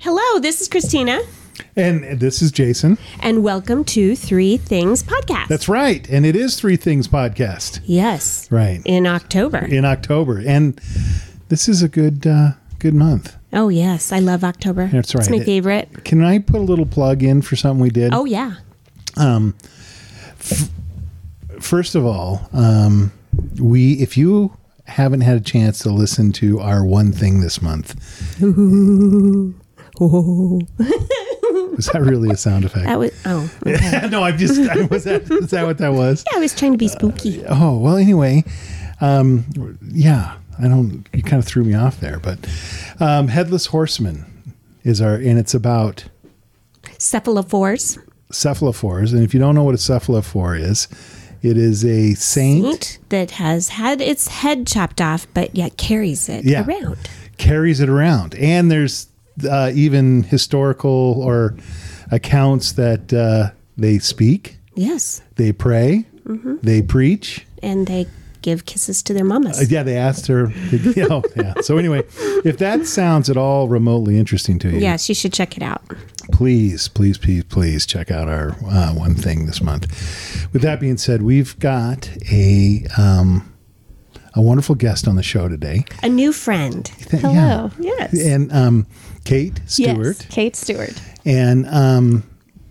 Hello, this is Christina, And this is Jason. and welcome to Three Things Podcast. That's right. And it is Three Things Podcast. yes, Right. in October. In October. And this is a good uh, good month. Oh yes, I love October. That's It's right. my It- favorite. Can I put a little plug in for something we did? Oh yeah, First of all, um, we if you haven't had a chance to listen to our one thing this month, was that really a sound effect? that was. Oh, okay. no, I'm just I, was that is that what that was? I was trying to be spooky. Oh well. Anyway, um, yeah. I don't. You kind of threw me off there, but um, headless horseman is our, and it's about Cephalophores. cephalophores. And if you don't know what a cephalophore is, it is a saint, Saint that has had its head chopped off, but yet carries it Yeah. around. carries it around. And there's uh, even historical or accounts that uh, they speak, Yes, they pray, they preach. and they give kisses to their mamas. Uh, yeah, they asked her. you know, yeah. So anyway, if that sounds at all remotely interesting to you, yes, you should check it out. please, please, please, please check out our uh, one thing this month. With that being said, we've got a um, a wonderful guest on the show today. A new friend. Yeah. Hello. Yes. and um, Kate Stewart. Yes, Kate Stewart. And um,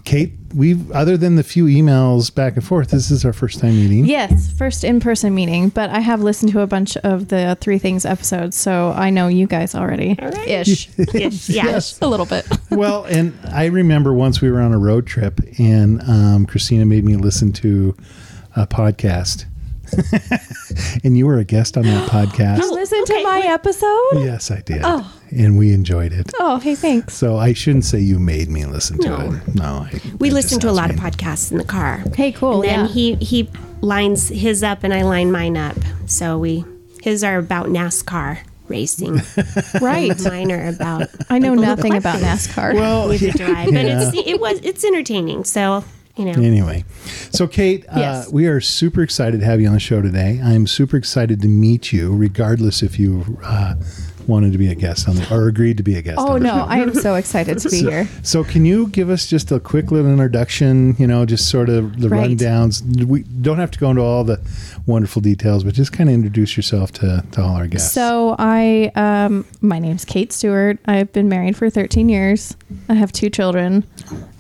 Kate, we've other than the few emails back and forth, this is our first time meeting. Yes, first in person meeting, but I have listened to a bunch of the Three Things episodes, so I know you guys already. right. Ish. yes. Yeah. Yes. a little bit. well, and I remember once we were on a road trip, and um, Christina made me listen to a podcast, and you were a guest on that podcast. Listen Oh, Okay. to my episode? Yes, I did, Oh. and we enjoyed it. Oh, hey, thanks. So I shouldn't say you made me listen to No. it. No, I, We it just listen to a sounds lot of mean. podcasts in the car. Hey, cool. And yeah. then he he lines his up and I line mine up. So we his are about NASCAR racing. right. mine are about I know nothing about NASCAR. Well, neither do I. But Yeah. it's it was it's entertaining. So you know Anyway, so Kate, uh, Yes. we are super excited to have you on the show today. I'm super excited to meet you, regardless if you uh, wanted to be a guest on the or agreed to be a guest. oh, on the no. I am so excited to be here. So, can you give us just a quick little introduction? You know, just sort of the Right. rundowns. We don't have to go into all the wonderful details, but just kind of introduce yourself to, to all our guests. So I, um, my name's Kate Stewart. I've been married for 13 years. I have two children.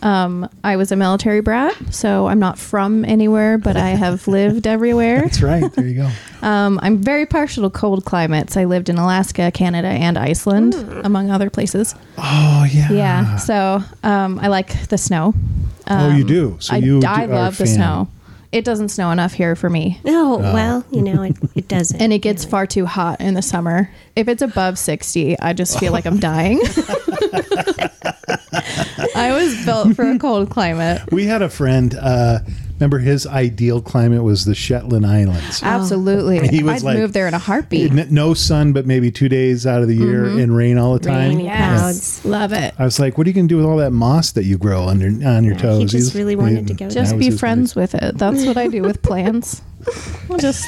Um, I was a military brat, so I'm not from anywhere, but I have lived everywhere. that's right. There you go. Um, I'm very partial to cold climates. I lived in Alaska, Canada, and Iceland, among other places. Oh yeah. Mm. Yeah, so um, I like the snow. Oh, you do? So I, you do- I are a love the fan. snow. It doesn't snow enough here for me, Oh. No, well, you know, it, it doesn't. and it gets far too hot in the summer. If it's above 60, I just feel like I'm dying. I was built for a cold climate. We had a friend. Uh, remember, his ideal climate was the Shetland Islands. Ah, Absolutely. He was I'd like- move there in a heartbeat. N- no sun, but maybe two days out of the year and rain all the time. Mm-hmm. Rain, yeah. Clouds. Love it. I was like, "What are you going to do with all that moss that you grow under on your toes?" he just He's- really wanted to go that there. Just was be his friends with it. That's what I do with plants. We'll just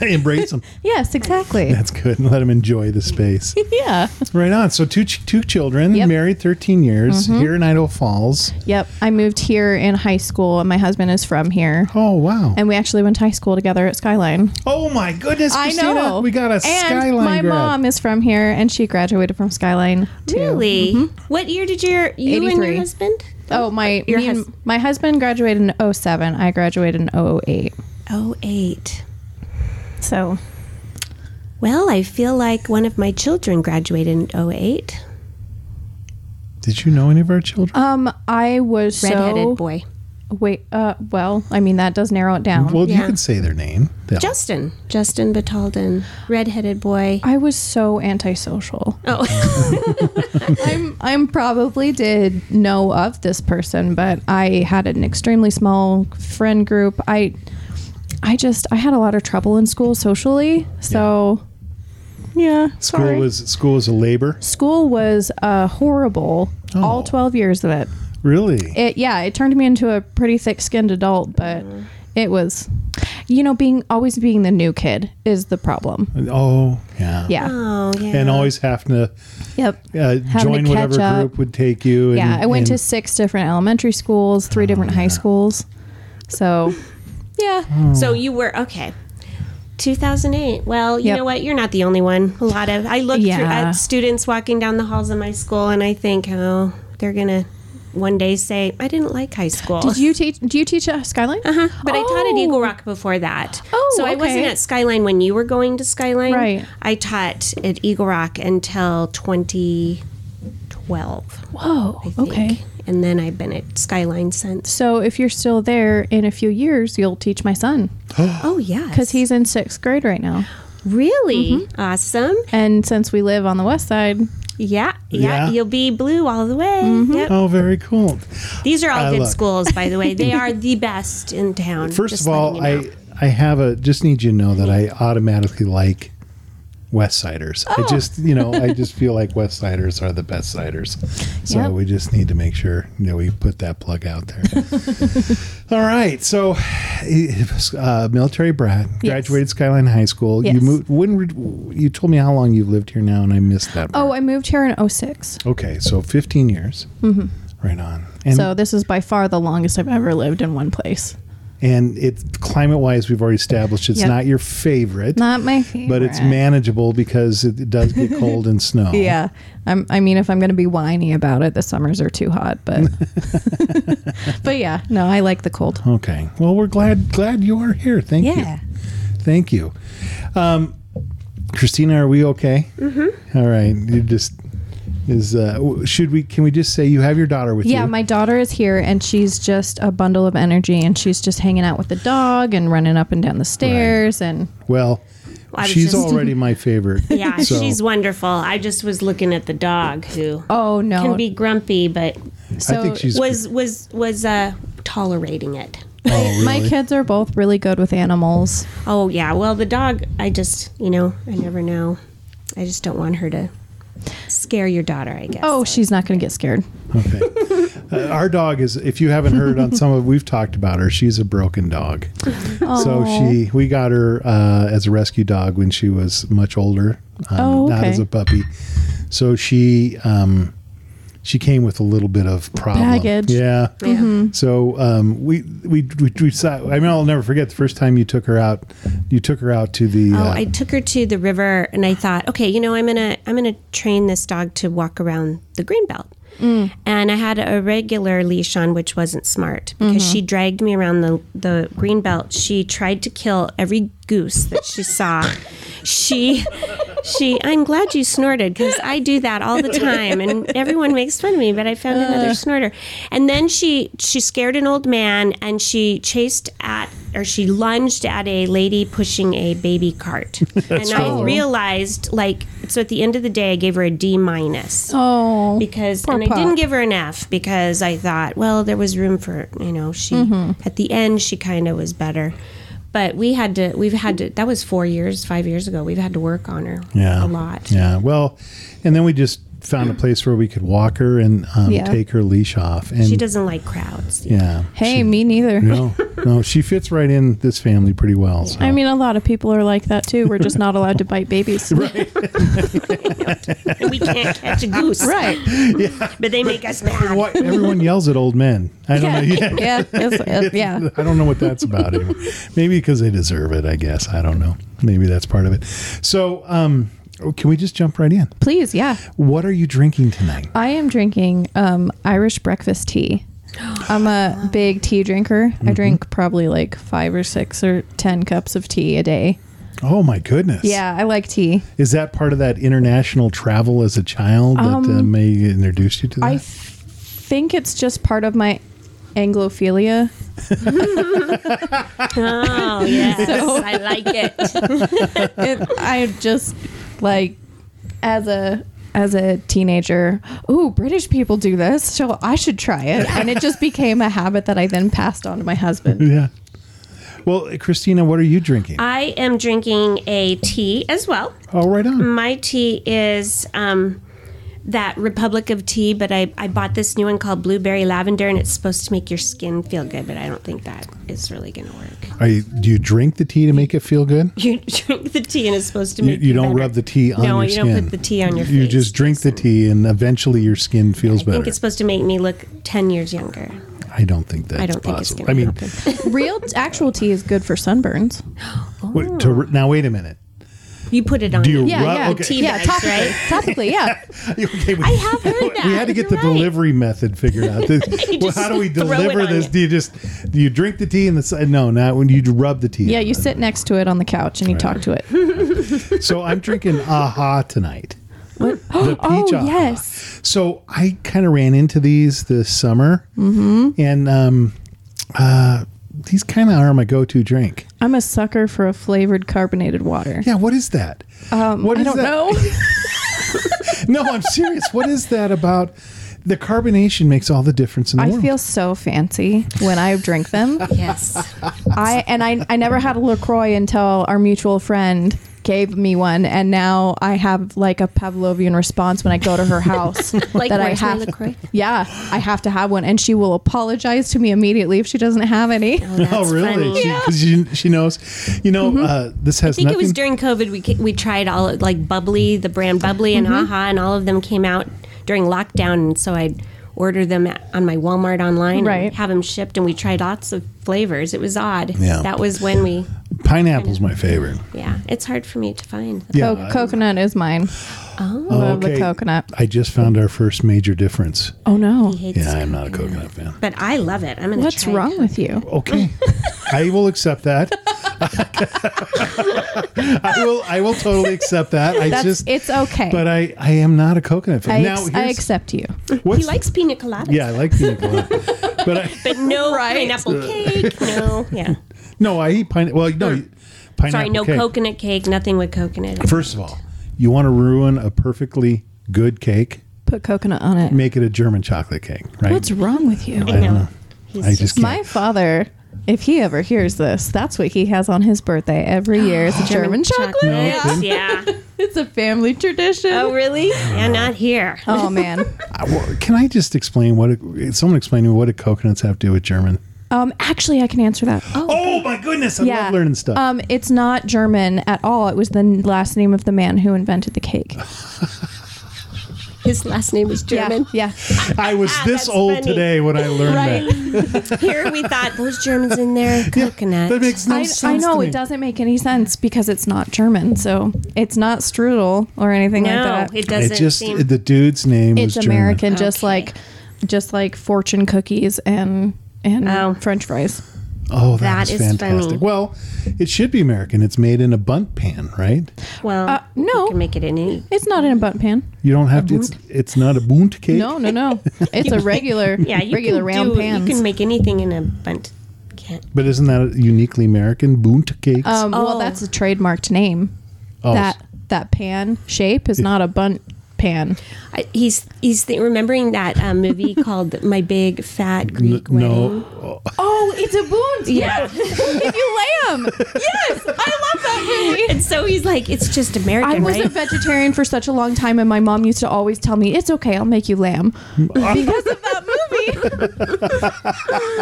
life. embrace them. Yes, exactly. That's good, and let them enjoy the space. yeah. right on. So two ch- two children, Yep. married thirteen years, Mm-hmm. here in Idaho Falls. Yep. I moved here in high school, and my husband is from here. Oh wow! And we actually went to high school together at Skyline. oh my goodness, Christina, we got a and skyline. My grad. mom is from here, and she graduated from Skyline too. Really? Mm-hmm. What year did your you and your 83. husband? Oh my! Your me and- hus- my husband graduated in 07. I graduated in 08. Oh eight. So Well, I feel like one of my children graduated in 08. Did you know any of our children? um, I was Redheaded so boy. wait. Uh, well, I mean that does narrow it down. well, you Oh, yeah. can say their name. They'll- Justin. Justin Batalden. Redheaded boy. I was so antisocial. Oh. I'm I'm probably did know of this person, but I had an extremely small friend group. I I just I had a lot of trouble in school socially, so yeah. school sorry. was school was a labor. school was uh, horrible. All twelve years of it. Really? Mm-hmm. It yeah, it turned me into a pretty thick skinned adult, but it was you know, being always being the new kid is the problem. And- Oh, yeah. Yeah. Oh yeah. And always having to Yep. uh, to join whatever catch up. group would take you. And, Yeah, I went to and- six different elementary schools, three different high schools. So, yeah. So you were okay. 2008. Well, you Yep. know what? You're not the only one. A lot of I look through, Yeah. at students walking down the halls of my school, and I think, oh, they're gonna one day say, "I didn't like high school." Did you teach? Do you teach at Skyline? Uh-huh. but I taught at Eagle Rock before that. Oh, so I wasn't okay. at Skyline when you were going to Skyline. Right. I taught at Eagle Rock until 2012. Whoa. I think. Okay. And then I've been at Skyline since. So if you're still there in a few years, you'll teach my son Oh yeah. because he's in sixth grade right now. really Mm-hmm. awesome. And since we live on the west side, Yeah, yeah, Yeah. You'll be blue all the way. Yep. Oh, very cool. These are all I good look. schools, by the way. They are the best in town. First just of all, letting you know. I I have a just need you to know that I automatically like West Siders. I just you know I just feel like West Siders are the best Siders. So Yep. we just need to make sure you know we put that plug out there. all right, so uh, military brat graduated Skyline High School. You Yes. moved when were- you told me how long you've lived here now, and I missed that. oh, part. I moved here in 06. okay, so fifteen years. Right on. And So this is by far the longest I've ever lived in one place. and it climate wise, we've already established it's Yep. not your favorite. Not my favorite. but it's manageable because it, it does get cold and snow. Yeah. I'm, I mean, if I'm going to be whiny about it, the summers are too hot. But, but yeah, no, I like the cold. Okay. Well, we're glad glad you are here. Thank Yeah. you. Thank you. Um, Christina, are we okay? Mm-hmm. right. You just is uh, w- should we? Can we just say you have your daughter with you? Yeah, my daughter is here and she's just a bundle of energy and she's just hanging out with the dog and running up and down the stairs and well, I was she's just- already my favorite. yeah, so- she's wonderful. I just was looking at the dog who oh no. can be grumpy, but I so think she's. was was was uh, tolerating it. oh, my really? kids are both really good with animals. Oh yeah. Well, the dog. I just you know I never know. I just don't want her to scare your daughter. I guess. Oh, she's not going to get scared. Okay. Uh, our dog is. If you haven't heard on some of, we've talked about her. She's a broken dog. So she, we got her uh, as a rescue dog when she was much older, um, Oh, not okay. as a puppy. So she, um, she came with a little bit of problem. Baggage. Yeah. Yeah. So um, we, we we we saw. I mean, I'll never forget the first time you took her out. You took her out to the. Oh, uh, I took her to the river, and I thought, okay, you know, I'm gonna I'm gonna train this dog to walk around the green belt. And I had a regular leash on, which wasn't smart because she dragged me around the the green belt. She tried to kill every goose that she saw. She, she. I'm glad you snorted because I do that all the time, and everyone makes fun of me. But I found another snorter, and then she she scared an old man, and she chased at or she lunged at a lady pushing a baby cart, and I horrible. realized like so. At the end of the day, I gave her a D minus Oh. because Poor and I pup. didn't give her an F because I thought, well, there was room for you know she Mm-hmm. at the end she kind of was better, but we had to we've had to that was four years five years ago we've had to work on her yeah. a lot Yeah. Well, and then we just found a place where we could walk her and um, Yeah. take her leash off. And she doesn't like crowds Mm. Yeah. Hey, She- me neither. No, no, she fits right in this family pretty well. So. I mean, a lot of people are like that too. We're just not allowed to bite babies. right. and we can't catch a goose but they make us mad Why- everyone yells at old men. I don't know. Yeah. Yeah. it's- uh, yeah. I don't know what that's about anymore. Maybe because they deserve it, I guess. I don't know. Maybe that's part of it. So, um, oh, can we just jump right in? Please. Yeah. What are you drinking tonight? I am drinking um, Irish breakfast tea. I'm a big tea drinker. I drink probably like five or six or ten cups of tea a day. Oh my goodness! Yeah, I like tea. is that part of that international travel as a child that uh, may introduce you to that? Um, I f- think it's just part of my Anglophilia. oh yes I like it Uh. It, I just like as a as a teenager, ooh, British people do this, so I should try it. And it just became a habit that I then passed on to my husband. yeah. Well, Christina, what are you drinking? I am drinking a tea as well Mm. oh, right on. my tea is um, that Republic of Tea, but I, I bought this new one called Blueberry Lavender, and it's supposed to make your skin feel good, but I don't think that is really going to work. Are you, do you drink the tea to make it feel good? You drink the tea, and it's supposed to You, make you don't better. rub the tea on No, your you skin. don't put the tea on your You face, just drink the tea, and eventually your skin feels I better. think it's supposed to make me look 10 years younger. I don't think that's I don't think it's possible. going to I mean, happen. Real actual tea is good for sunburns. wait, to, re- now wait a minute. You put it on. Do you it. Yeah, rub? yeah, Okay. Tea yeah. bags, Topically, right? topically, yeah. Okay, we, I have heard that. we had to get the You're right. delivery method figured out. This- well, just how do we throw it deliver on this? you. Do you just do you drink the tea and the si- no? Not when you rub the tea. Yeah, on you it. sit next to it on the couch and you talk to it. So I'm drinking aha tonight. The peach Oh, aha. yes. So I kind of ran into these this summer, mm-hmm. and um, uh, these kind of are my go-to drink. I'm a sucker for a flavored carbonated water. Yeah, what is that? Um, what I don't that? know. No, I'm serious. what is that about? The carbonation makes all the difference in the I world. feel so fancy when I drink them. Yes. I and I, I never had a LaCroix until our mutual friend gave me one and now I have like a Pavlovian response when I go to her house Like, that I where's my have LaCroix? Yeah, I have to have one and she will apologize to me immediately if she doesn't have any. Oh, that's oh, really? funny. She, 'cause she, she knows. You know, Mm-hmm. uh, this has I think nothing. it was during COVID. We ca- we tried all of, like bubbly, the brand bubbly, and Mm-hmm. aha, and all of them came out during lockdown. And so I'd order them at, on my Walmart online, Right. And have them shipped, and we tried lots of flavors. It was odd. Yeah. That was when we. Pineapple's my favorite. Yeah, it's hard for me to find. Yeah, Co- I- coconut is mine. Love the okay. coconut. I just found our first major difference. Oh no. He hates Yeah, it. I'm not a coconut fan. but I love it. I'm gonna. What's try it. wrong with you? Okay, I will accept that. I will. I will totally accept that. I That's just. it's okay. But I, I am not a coconut fan. I, now, ex- I here's- accept you. He what's- likes pina coladas. Yeah, I like pina colada. but I, But no Right. Uh, pineapple cake. No. Yeah. no, I eat pine. Well, no, pineapple. Sorry. No cake. coconut cake. Nothing with coconut. First of all, you want to ruin a perfectly good cake? Put coconut on it. Make it a German chocolate cake, right? What's wrong with you? I know. He's I just My can't. father, if he ever hears this, that's what he has on his birthday every year. It's a German chocolate. chocolates, yeah. It's a family tradition. Oh, really? Yeah, not here. Oh man. I- well, can I just explain what? A, someone explain to me what do coconuts have to do with German? Um, actually, I can answer that. Oh my goodness! I love learning stuff. Um, it's not German at all. It was the n- last name of the man who invented the cake. His last name is German. Yeah. yeah. I was this that's old funny. today when I learned that. Here we thought those Germans in there coconut. That makes no I, sense. I know to me. it doesn't make any sense because it's not German, so it's not strudel or anything like no, that. it It doesn't just seem. the dude's name it's was American, just Okay. like, just like fortune cookies and and Oh. French fries. German. Oh, That that is is fantastic. funny. Well, it should be American. It's made in a bunt pan, right? well, Uh, no. you can make it in any. It's not in a bunt pan. You don't have to. It's, it's not a bunt cake. No, no, no. It's a regular, Yeah, you regular can round do, pans. You can make anything in a bunt. Can't. But isn't that a uniquely American bunt cakes? um, Well, Oh. that's a trademarked name. oh, That that pan shape is not a bunt pan. I, he's he's th- remembering that uh, movie called My Big Fat n- Greek Wedding. no. Oh, it's a boont. Yeah. if you lamb. Yes, I love that movie. and so he's like, it's just American, I was right? a vegetarian for such a long time, and my mom used to always tell me, "It's okay, I'll make you lamb," because of that movie.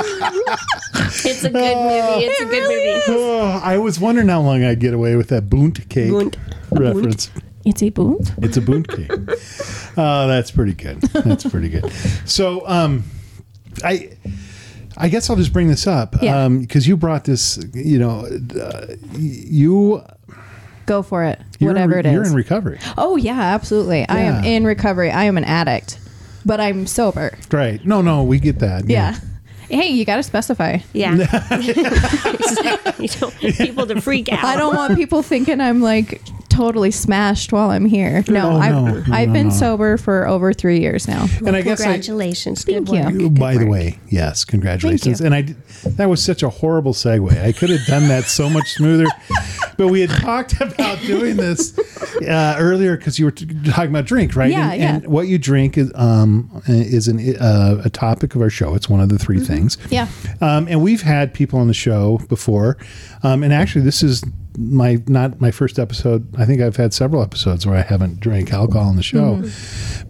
it's a good movie. It's a good movie. Oh, I was wondering how long I'd get away with that bunt cake Bunt. reference. It's a boont. It's a boot cake. Oh, that's pretty good. That's pretty good. So, um, I, I guess I'll just bring this up because Yeah. you brought this. You know, uh, you Go for it, you're whatever in, it You're in is. recovery, oh yeah, absolutely. I am Yeah. in recovery. I am an addict, but I'm sober. right? No, no, we get that. Yeah. Hey, you got to specify. Yeah. you don't want people to freak out. I don't want people thinking I'm like totally smashed while I'm here. No, Oh, I've, no, no, I've been no. sober for over three years now. and I guess I. Congratulations. Thank Good work. you. Oh, By the way, yes, congratulations. you. And I did, that was such a horrible segue. I could have done that so much smoother. but we had talked about doing this uh, earlier because you were t- talking about drink, right? Yeah, and, yeah. and what you drink is um, is an, uh, a topic of our show. It's one of the Mm-hmm. 3 things. Yeah. Um, and we've had people on the show before. Um, and actually, this is my not my first episode. I think I've had several episodes where I haven't drank alcohol on the show,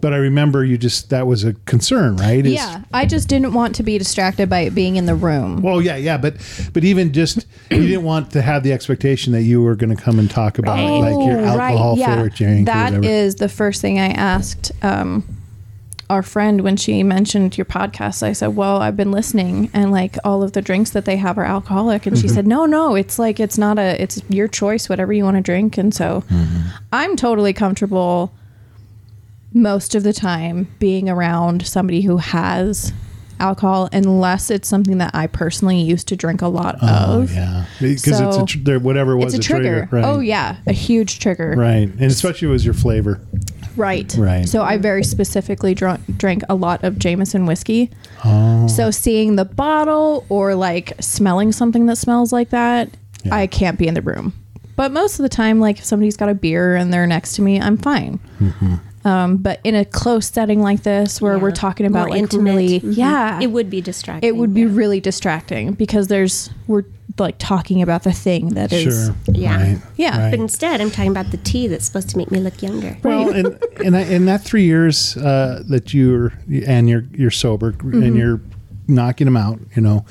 but I remember you just that was a concern, right? Is- Mm-hmm. Yeah, I just didn't want to be distracted by it being in the room. Well, yeah, yeah, but but even just you didn't want to have the expectation that you were going to come and talk about like your alcohol favorite drink or Oh, That whatever. is the first thing I asked um, our friend when she mentioned your podcast. I said, "Well, I've been listening, and like all of the drinks that they have are alcoholic." And Mm-hmm. she said, "No, no, it's like it's not a. It's your choice, whatever you want to drink." And so, Mm-hmm. I'm totally comfortable most of the time being around somebody who has alcohol unless it's something that I personally used to drink a lot oh of. yeah, because it's a So- tr- there- whatever it was It's a trigger. right? Oh yeah, a huge trigger. right, and especially if it was your flavor. Right. Right. So I very specifically drunk, drank a lot of Jameson whiskey. Oh, So seeing the bottle or like smelling something that smells like that, Yeah. I can't be in the room. But most of the time, like if somebody's got a beer and they're next to me, I'm fine. Mm-hmm. Um, but in a close setting like this, where we're talking about More like intimate. really, Mhm. yeah, It would be distracting. it would be really distracting because there's we're like talking about the thing that is. sure, yeah. right, Yeah. But right. instead, I'm talking about the tea that's supposed to make me look younger. Well, and and I, in that three years uh, that you're and you're you're sober Mm-hmm. and you're knocking them out, you know,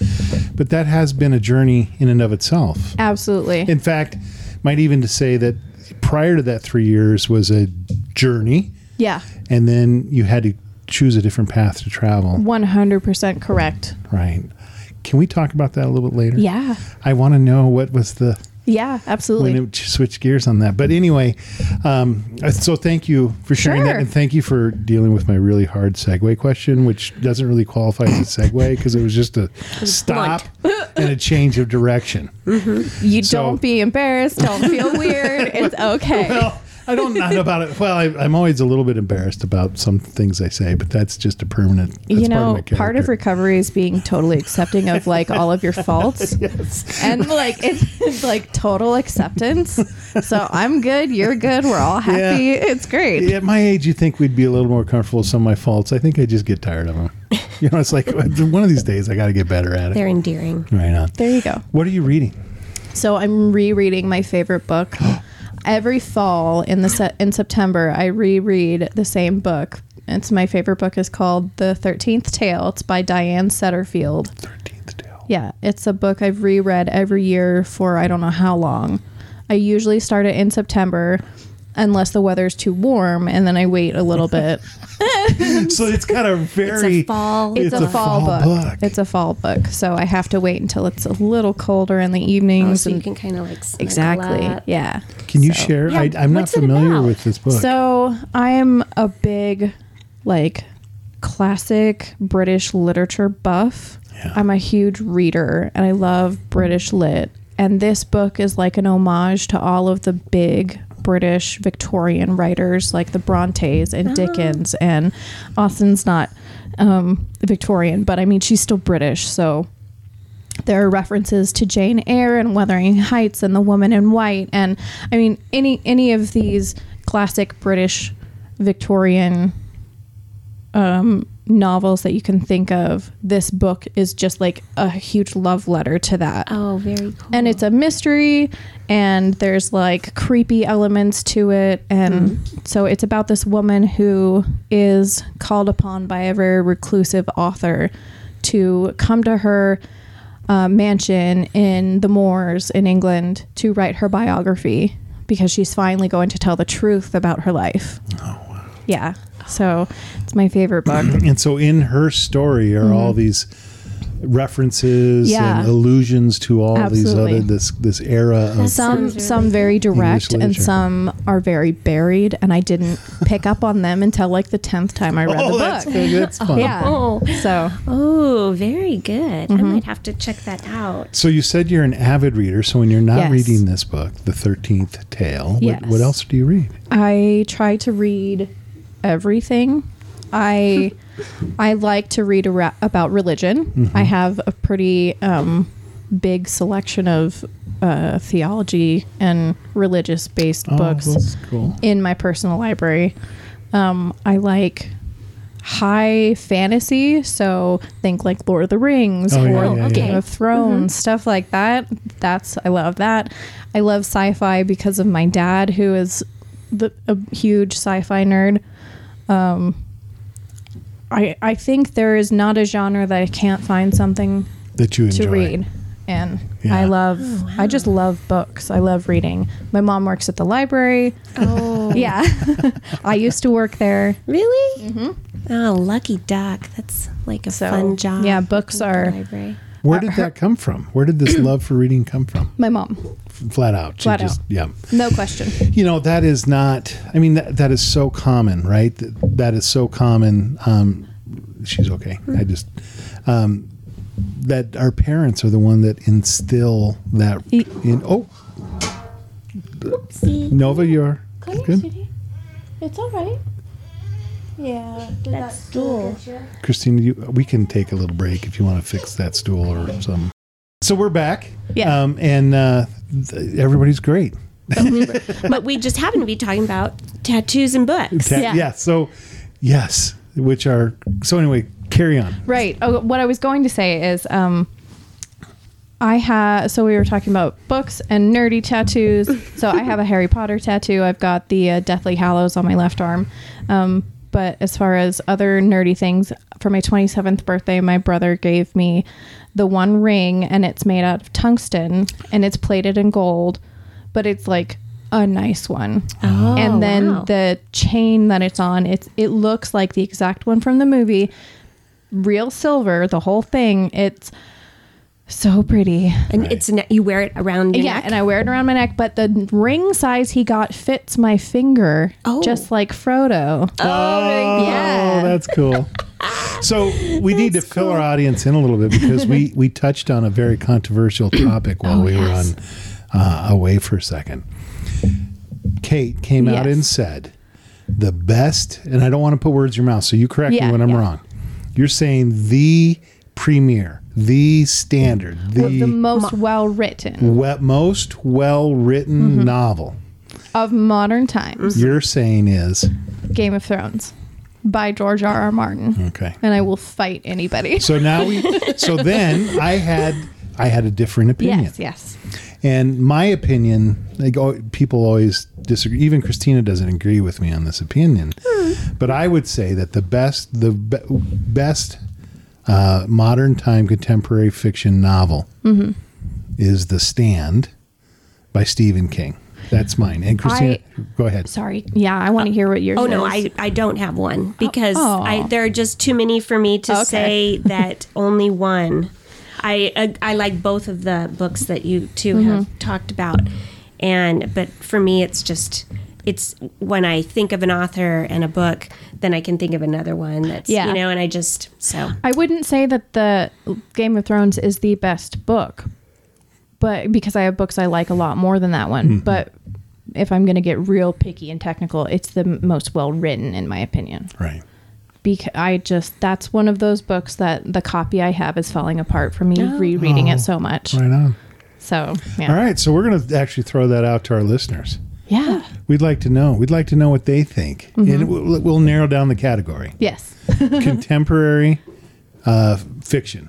but that has been a journey in and of itself. Absolutely. In fact, might even to say that prior to that three years was a journey, yeah. and then you had to choose a different path to travel. One hundred percent correct. Right? Can we talk about that a little bit later? Yeah. I want to know what was the Yeah. Absolutely. when it switched gears on that. But anyway, um, uh, so thank you for sharing that, Sure. and thank you for dealing with my really hard segue question, which doesn't really qualify as a segue because it was just a stop and a change of direction. You So- don't be embarrassed. Don't feel weird. It's okay. Well, I don't know about it. Well, I, I'm always a little bit embarrassed about some things I say, but that's just a permanent. That's you know, part of, character. recovery is being totally accepting of like all of your faults. And like it's, it's like total acceptance. So I'm good, you're good, we're all happy. It's great. At my age, you think we'd be a little more comfortable with some of my faults. I think I just get tired of them. You know, it's like one of these days I got to get better at it. They're endearing. right on. There you go. What are you reading? So I'm rereading my favorite book. Every fall in the se- in September, I reread the same book. It's my favorite book is called The 13th Tale. It's by Diane Setterfield. 13th Tale. Yeah, it's a book I've reread every year for I don't know how long. I usually start it in September unless the weather's too warm and then I wait a little bit. So it's got a very It's a fall. It's, It's a, a fall, fall book. book. It's a fall book, so I have to wait until it's a little colder in the evenings Oh, so you and can kind of like snuggle exactly. up. Yeah. Can you So- share? Yeah, I, I'm not what's it familiar about? with this book. So I am a big, like, classic British literature buff. Yeah. I'm a huge reader and I love British lit. And this book is like an homage to all of the big British Victorian writers like the Brontes and Dickens and Austen's not um, Victorian, but I mean, she's still British. So there are references to Jane Eyre and Wuthering Heights and The Woman in White and I mean any any of these classic British Victorian um, novels that you can think of. This book is just like a huge love letter to that. Oh, very cool. And it's a mystery and there's like creepy elements to it and so it's about this woman who is called upon by a very reclusive author to come to her uh, mansion in the moors in England to write her biography because she's finally going to tell the truth about her life. Oh wow. Yeah. So it's my favorite book. and so in her story are all these references Mm-hmm. Yeah. and allusions to all these Absolutely. other this this era of some sounds really some very direct and literature. some are very buried and i didn't pick up on them until like the 10th time i read oh, the that's, book good. that's fun. yeah Oh. so Oh, very good. Mm-hmm. I might have to check that out. So you said you're an avid reader. So when you're not Yes. reading this book, The Thirteenth Tale, what, Yes. what else do you read? i try to read everything i i like to read ara- about religion Mm-hmm. i have a pretty um, big selection of uh, theology and religious based Oh, books that's cool. in my personal library. Um, I like high fantasy. So think like Lord of the Rings Oh, or yeah, yeah, yeah. Game of Thrones, stuff like that. That's I love that. I love sci-fi because of my dad, who is the, a huge sci-fi nerd. Um, I I think there is not a genre that I can't find something that you enjoy. to read and Yeah. i love i just love books i love reading my mom works at the library Oh, yeah i used to work there really? Oh, lucky duck. That's like a So, fun job. yeah, books At the are- library. Where Uh, did that come from? Where did this love for reading come from? my mom F- Flat out. She Flat out. Yeah. no question You know, that is not, I mean, that, that is so common, right? That, that is so common. Um, she's okay. I Hmm. just, um, that our parents are the one that instill that E- in, oh, See, Nova, you're come here, good. sweetie. It's all right. Yeah, that's dual. Christine, you, we can take a little break if you want to fix that stool or something. So we're back. Yeah. Um, and uh, th- everybody's great. but we just happen to be talking about tattoos and books. Ta- Yeah. yeah. So, yes, which are, so anyway, carry on. right oh, what i was going to say is um I have so we were talking about books and nerdy tattoos. So I have a Harry Potter tattoo. I've got the uh, Deathly Hallows on my left arm. Um, but as far as other nerdy things, for my 27th birthday, my brother gave me the One Ring, and it's made out of tungsten and it's plated in gold, but it's like a nice one. Oh, and then wow. the chain that it's on, it's it looks like the exact one from the movie, real silver, the whole thing. It's so pretty. and it's ne- you wear it around your yeah, neck. and I wear it around my neck, but the ring size he got fits my finger, Oh. just like Frodo. Oh, yeah. that's cool. So we need to fill our audience in a little bit because we we touched on a very controversial topic Oh, while we were on uh, away for a second. Kate came out Yes. and said the best, and I don't want to put words in your mouth, so you correct Yeah, me when I'm yeah. wrong. You're saying the premier, the standard, The, the, most well written we- most well written Mm-hmm. novel. of modern times, You're saying is Game of Thrones, by George R. R. Martin. okay. And I will fight anybody. Hmm. So now we. so then I had I had a different opinion. Yes, yes. And my opinion, like oh, people always disagree. Even Christina doesn't agree with me on this opinion. Hmm. But I would say that the best, the be- best uh, modern time contemporary fiction novel Mm-hmm. is *The Stand* by Stephen King. That's mine. And Christina, go ahead. Sorry. Yeah, I want to hear what yours Oh no, is. I, I don't have one because Oh. I there are just too many for me to Okay. say that only one. I, I I like both of the books that you 2 Mm-hmm. have talked about, and but for me it's just it's when I think of an author and a book, then I can think of another one that's Yeah. you know, and I just so I wouldn't say that the Game of Thrones is the best book, but because I have books I like a lot more than that Mm-hmm. one. But if I'm going to get real picky and technical, it's the m- most well written, in my opinion. Right. Because I just that's one of those books that the copy I have is falling apart from me rereading it so much. Oh. Right on. So yeah, All right. So we're going to actually throw that out to our listeners. yeah, We'd like to know. We'd like to know what they think. And we'll, we'll narrow down the category. yes, contemporary uh, fiction.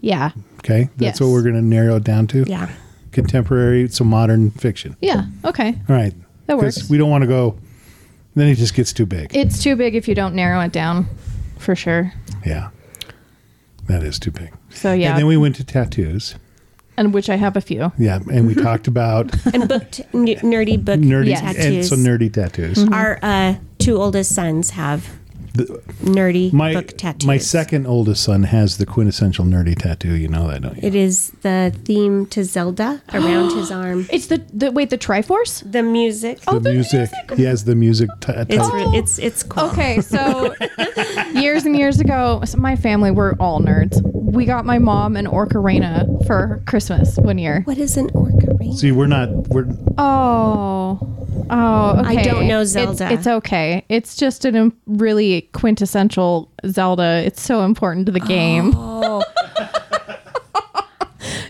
yeah, Okay, that's Yes. what we're going to narrow it down to. yeah. contemporary, so modern fiction. yeah. Okay, All right, That 'Cause works. We don't want to go. Then it just gets too big. it's too big if you don't narrow it down, for sure. yeah, that is too big. So yeah, And then we went to tattoos. and which I have a few. Yeah, and we talked about And book t- n- nerdy book nerdy Yes. and tattoos. so nerdy tattoos. Our uh, two oldest sons have The- nerdy my book tattoos. my second oldest son has the quintessential nerdy tattoo. You know that, don't you? It is the theme to Zelda around his arm. It's the, the wait the Triforce. The music. Oh, The, the music. music. He has the music tattoo. It's re- it's it's cool. Oh. Okay, so years and years ago, so my family were all nerds. We got my mom an Orcarena for Christmas one year. What is an orcarina? See, we're not. We're Oh, oh, okay. don't know It's- Zelda. It's, okay. It's just a really quintessential Zelda. It's so important to the game. Oh,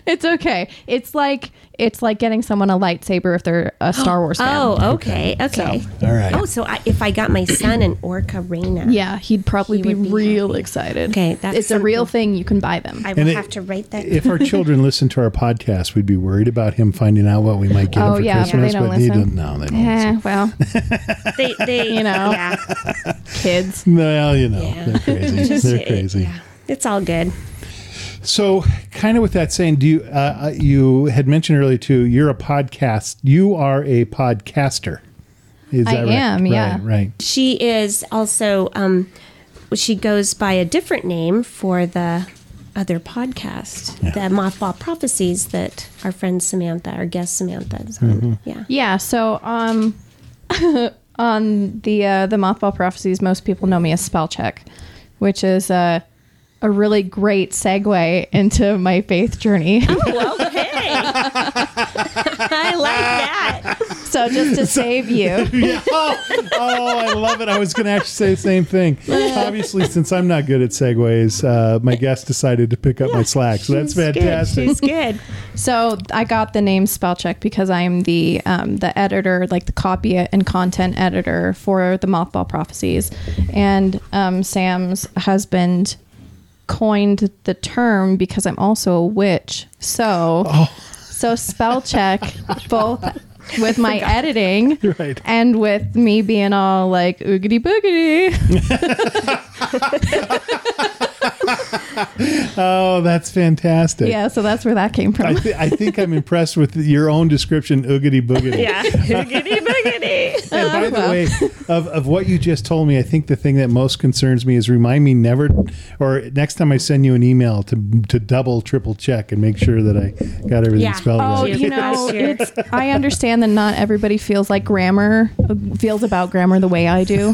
It's okay. It's like it's like getting someone a lightsaber if they're a Star Wars fan. Oh, okay, okay. All right. Oh, so I, if I got my son an Orca Reina, Yeah, he'd probably He be, would be real excited. Okay, that's it's a real thing. You can buy them. I will it- have to write that. If our children listen to our podcast, we'd be worried about him finding out what we might get Oh, him for yeah, but they Christmas. don't but he don't. listen. No, they don't. Eh, well, they, they, You know. yeah, kids. Well, you know, Yeah. they're crazy. Just- they're it- crazy. yeah. It's all good. So, kind of with that saying, do you? Uh, uh, you had mentioned earlier too. You're a podcast. You are a podcaster. Is I that right? am, yeah. Right. right. She is also um, she goes by a different name for the other podcast, the Mothball Prophecies that our friend Samantha, our guest Samantha, is on. Mm-hmm. Yeah, Yeah. So, um, on the uh, the mothball prophecies, most people know me as spell check, which is uh, a really great segue into my faith journey. Oh, okay. I like that. so just to save you, Yeah. Oh, oh, I love it. I was going to actually say the same thing. Obviously, since I'm not good at segues, uh, my guest decided to pick up my slack. So She's that's good. fantastic. She's good. So I got the name Spellcheck because I'm the um, the editor, like the copy and content editor for the Mothball Prophecies, and um, Sam's husband coined the term because I'm also a witch. So Oh. so Spellcheck both with my editing Right. and with me being all like oogity boogity. Oh, that's fantastic. yeah, so that's where that came I, from. th- I think I'm impressed with your own description, oogity boogity. Yeah. Boogity boogity. And by the way, of, of what you just told me, I think the thing that most concerns me is remind me never, or next time I send you an email to to double, triple check and make sure that I got everything Yeah. spelled Oh, right. you. you know, Last year. it's, I understand that not everybody feels like grammar feels about grammar the way I do.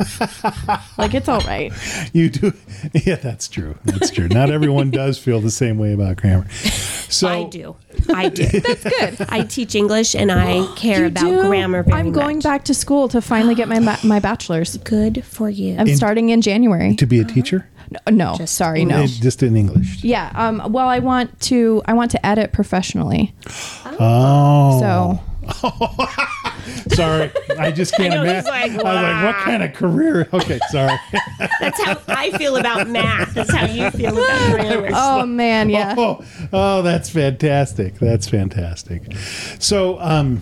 like it's all right. You do. Yeah, that's true. That's true. Not everyone does feel the same way about grammar. So I do. I do. That's good. I teach English and I care You about do- grammar very I'm going much. back to school to finally get my ba- my bachelor's. Good for you. I'm starting in January. to be a teacher, No, Just- sorry, no. Eh, just in English. Yeah. Um. Well, I want to. I want to edit professionally. Oh, So sorry. I just can't know, he's imagine. like, I was like, what kind of career? Okay, sorry. That's how I feel about math. That's how you feel about grammar. Oh man, yeah. Oh, oh, that's fantastic. That's fantastic. So, um,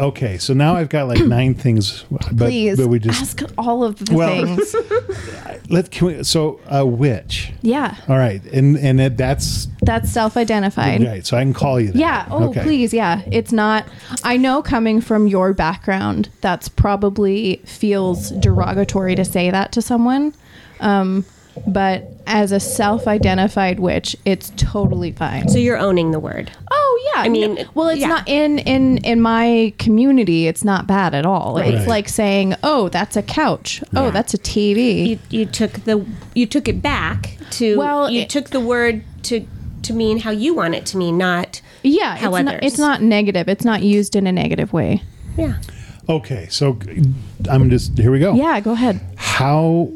okay. So now I've got like nine things, but, Please but we just ask all of the Well- things. let. Can we, so, uh, which? Yeah, All right, and and that, that's that's self-identified. right. So I can call you. That. Yeah. Oh, Okay. please. Yeah. It's not. I know coming from your background, that's probably feels derogatory to say that to someone. Um, but as a self identified witch, it's totally fine. So you're owning the word. Oh yeah. I mean, well, it's yeah. not in in in my community. It's not bad at all. Right. It's like saying, "Oh, that's a couch. Oh, that's a TV." You, you took the you took it back to Well, you it- took the word to to mean how you want it to mean, not yeah. how it's others. not, it's not negative. It's not used in a negative way. yeah. Okay. So I'm just here. We go. Yeah. Go ahead. how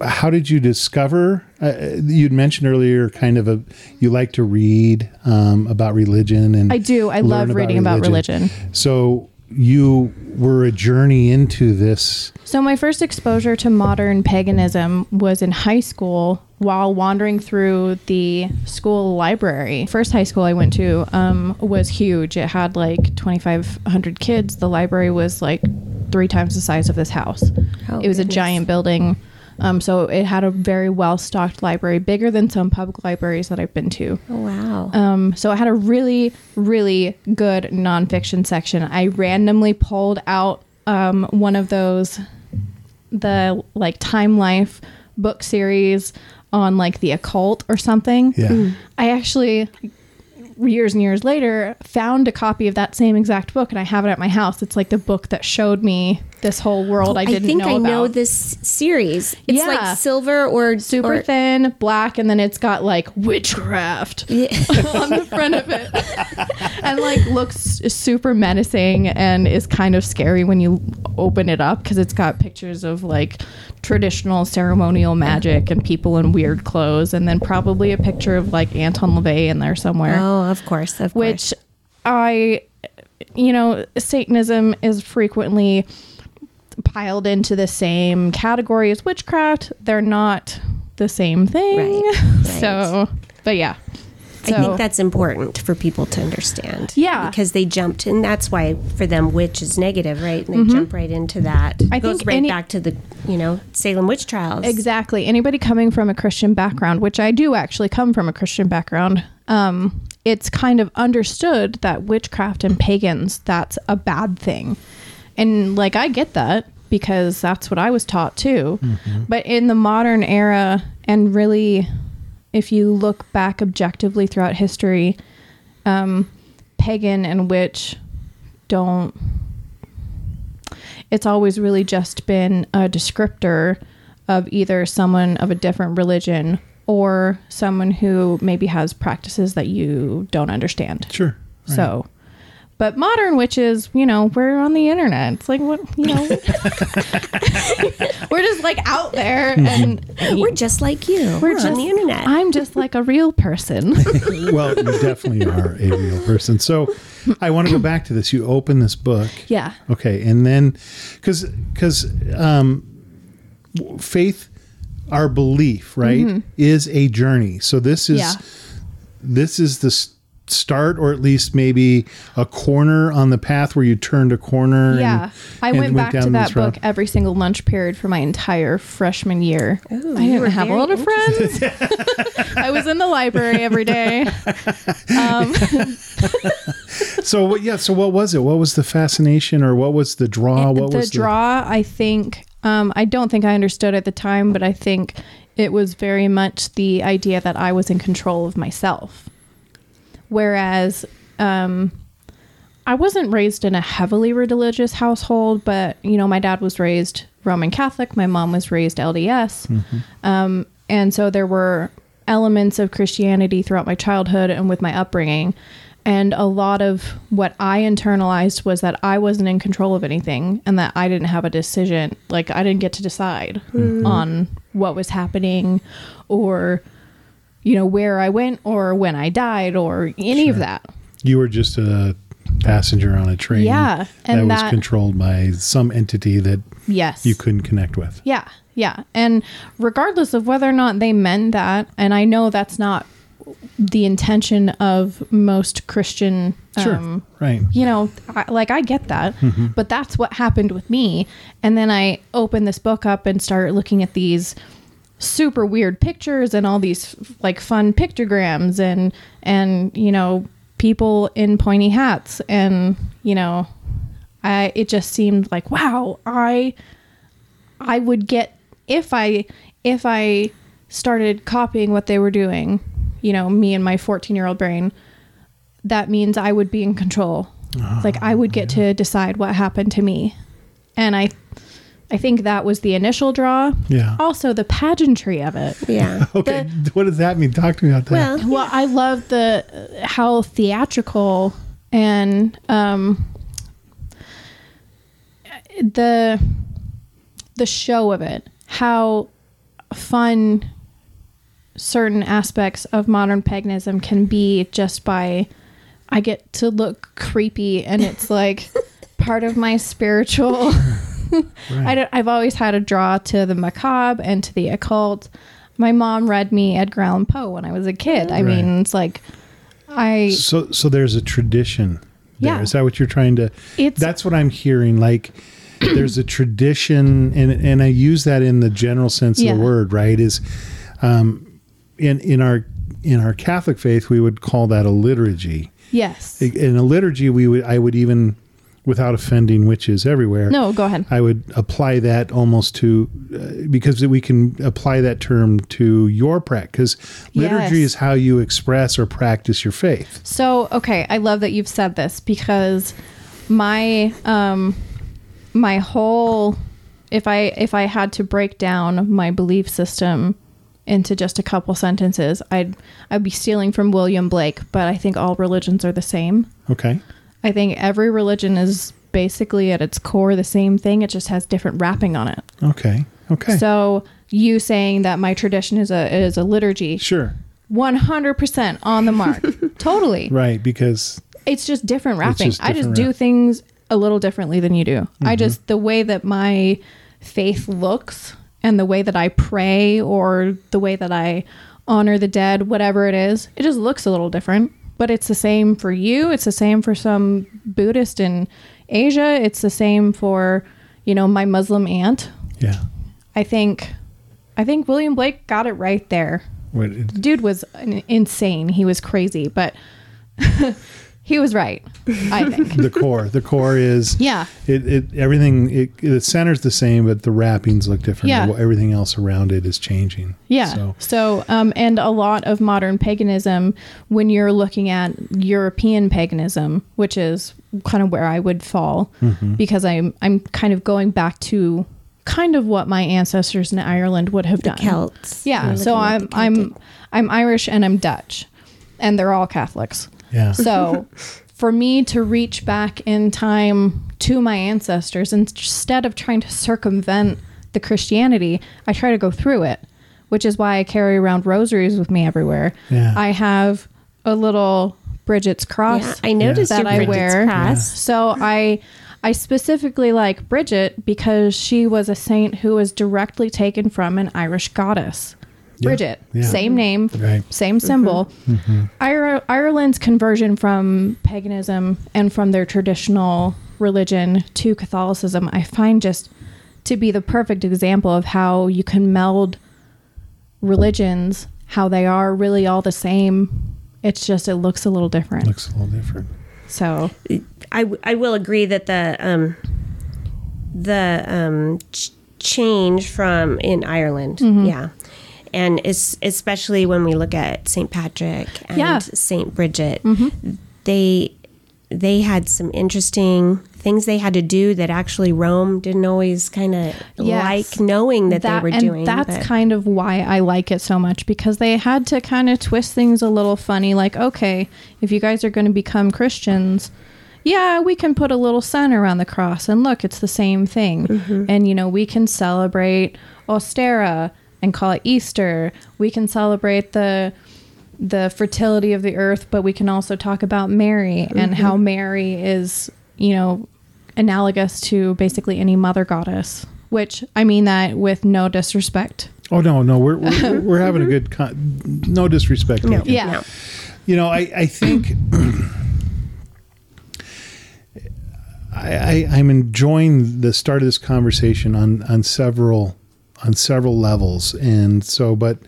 how did you discover uh, you'd mentioned earlier kind of a you like to read um, about religion and I do. I learn love reading about religion. so you were a journey into this So my first exposure to modern paganism was in high school while wandering through the school library. First high school I went to um, was huge. It had like 2,500 kids. The library was like three times the size of this house. Oh, it was a goodness. giant building. Um, so it had a very well-stocked library, bigger than some public libraries that I've been to. Wow. Um, so I had a really, really good nonfiction section. I randomly pulled out um, one of those, the like Time Life book series on like the occult or something. yeah I actually years and years later found a copy of that same exact book and I have it at my house. It's like the book that showed me this whole world Oh, I I, didn't think know I know about. this series. It's Yeah. like silver or Super or- thin, black, and then it's got like witchcraft on the front of it, and like looks super menacing and is kind of scary when you open it up because it's got pictures of like traditional ceremonial magic and people in weird clothes, and then probably a picture of like Anton LaVey in there somewhere Oh, of course, of which I, you know, Satanism is frequently piled into the same category as witchcraft. They're not the same thing. Right, right. So, but yeah. course. I so- think that's important for people to understand. Yeah. because they jumped, and that's why for them witch is negative, right? And they jump right into that. Mm-hmm. I it goes think right any- back to the you know Salem witch trials. Exactly. Anybody coming from a Christian background, which I do actually come from a Christian background, um, it's kind of understood that witchcraft and pagans, that's a bad thing. And like I get that because that's what I was taught too. But in the modern era, and really, if you look back objectively throughout history, um, pagan and witch don't it's always really just been a descriptor of either someone of a different religion or someone who maybe has practices that you don't understand. Sure. So, but modern witches, you know, we're on the internet. It's like what you know, we're just like out there, and We're just like you. We're, on just- the internet. I'm just like a real person. well, you definitely are a real person. So I want to go back to this. You open this book. yeah, Okay, and then because because um, w- faith, our belief, right, is a journey. So this is Mm-hmm. Yeah. this is the s- start, or at least maybe a corner on the path where you turned a corner. and- Yeah, I and went back to down that this road. book every single lunch period for my entire freshman year. I you were didn't have a very lot of friends. I was in the library every day. Um, So what? Yeah. So what was it? What was the fascination, or what was the draw? Uh, what the was draw, I think, um, I don't think I understood at the time, but I think it was very much the idea that I was in control of myself. Whereas um, I wasn't raised in a heavily religious household, but, you know, my dad was raised Roman Catholic, my mom was raised LDS. Um, and so there were elements of Christianity throughout my childhood and with my upbringing. And a lot of what I internalized was that I wasn't in control of anything and that I didn't have a decision. Like, I didn't get to decide on what was happening or, you know, where I went or when I died or any of that. you were just a passenger on a train? Yeah, that and was that- controlled by some entity that Yes. you couldn't connect with. Yeah, yeah. And regardless of whether or not they meant that, and I know that's not the intention of most Christian. Sure. Um, right. you know, I, like I get that, but that's what happened with me. And then I open this book up and start looking at these super weird pictures and all these like fun pictograms and and you know people in pointy hats and you know I it just seemed like wow I I would get if I if I started copying what they were doing, you know, me and my 14-year-old brain, that means I would be in control. like I would get to decide what happened to me. And I I think that was the initial draw. Yeah. Also the pageantry of it. yeah. Okay, what does that mean? Talk to me about that. Well, Well, I love the how theatrical and um, the the show of it. How fun certain aspects of modern paganism can be just by I get to look creepy and it's like part of my spiritual I don't, I've always had a draw to the macabre and to the occult. My mom read me Edgar Allan Poe when I was a kid. I mean, Right. it's like I so so there's a tradition. there. Is Yeah. that what you're trying to? It's- that's what I'm hearing. Like there's a tradition, and and I use that in the general sense Yeah. of the word. Right? Is um, in in our in our Catholic faith, we would call that a liturgy. yes. In a liturgy, we would I would even, without offending witches everywhere. No, go ahead. I would apply that almost to uh, because we can apply that term to your practice. Liturgy Yes. is how you express or practice your faith. So, okay, I love that you've said this because my um my whole if I if I had to break down my belief system into just a couple sentences, I'd I'd be stealing from William Blake, but I think all religions are the same. Okay. I think every religion is basically at its core the same thing. It just has different wrapping on it. Okay. Okay. So you saying that my tradition is a is a liturgy, sure. 100% on the mark. totally. Right. Because It's just different wrapping. just I just different do wrap. Mm-hmm. things a little differently than you do. I just the way that my faith looks and the way that I pray or the way that I honor the dead, whatever it is, it just looks a little different. But it's the same for you. It's the same for some Buddhist in Asia. It's the same for, you know, my Muslim aunt. yeah. I think I think William Blake got it right there What it, dude was in- insane. He was crazy, but he was right. I think. the core. The core is Yeah. It, it everything it the center's the same, but the wrappings look different. Yeah. Everything else around it is changing. Yeah. So, So um, and a lot of modern paganism, when you're looking at European paganism, which is kind of where I would fall, because I'm I'm kind of going back to kind of what my ancestors in Ireland would have done. Celts. Yeah. We're So looking at I'm the I'm Celtic. I'm Irish and I'm Dutch, and they're all Catholics. yeah. So for me to reach back in time to my ancestors, instead of trying to circumvent the Christianity, I try to go through it, which is why I carry around rosaries with me everywhere. Yeah. I have a little Bridget's cross Yeah, I noticed that your I Bridget's wear. cross. So I I specifically like Bridget because she was a saint who was directly taken from an Irish goddess. Yeah, Bridget, yeah. same name, Right. Mm-hmm. same symbol. Ire- Ireland's conversion from paganism and from their traditional religion to Catholicism, I find just to be the perfect example of how you can meld religions, how they are really all the same. It's just it looks a little different. Looks a little different. so I, w- I will agree that the um, the um, ch- change from in Ireland, Mm-hmm. yeah, and es- especially when we look at St. Patrick and Yeah. Mm-hmm. St. Bridget, they they had some interesting things they had to do that actually Rome didn't always kind of Yes. like knowing that, they were and doing. That's but- kind of why I like it so much because they had to kind of twist things a little funny. Like, okay, if you guys are going to become Christians, yeah, we can put a little sun around the cross and look, it's the same thing. And, you know, we can celebrate Ostera and call it Easter. We can celebrate the the fertility of the earth, but we can also talk about Mary and how Mary is, you know, analogous to basically any mother goddess, which I mean that with no disrespect. Oh no, no, we're we're, we're having a good con- no disrespect. no, taken. Yeah. no. You know, I I think I, I I'm enjoying the start of this conversation on on several on several levels, and so but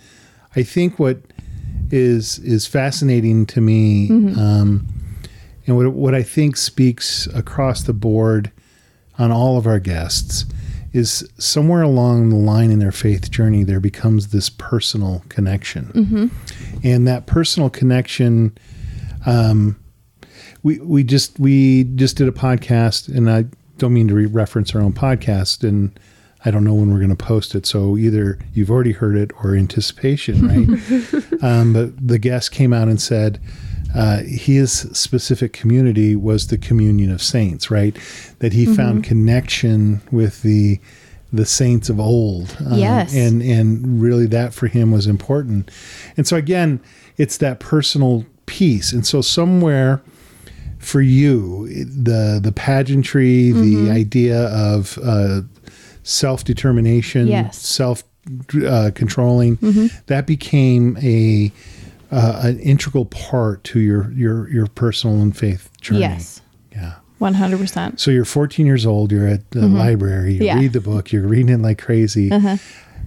I think what is is fascinating to me, um, and what what I think speaks across the board on all of our guests is somewhere along the line in their faith journey there becomes this personal connection and that personal connection um we we just we just did a podcast and i don't mean to re- reference our own podcast and i don't know when we're going to post it so either you've already heard it or anticipation right um, but the guest came out and said uh, his specific community was the communion of saints right that he found connection with the the saints of old um, Yes. and and and really that for him was important and so again it's that personal piece and so somewhere for you it- the the pageantry Mm-hmm. the idea of uh, self-determination Yes. Mm-hmm. self uh, controlling that became a uh, an integral part to your your your personal and faith journey Yes. yeah 100%. so you're 14 years old. You're at the library. You Mm-hmm. Yeah. Uh-huh. read the book. You're reading it like crazy.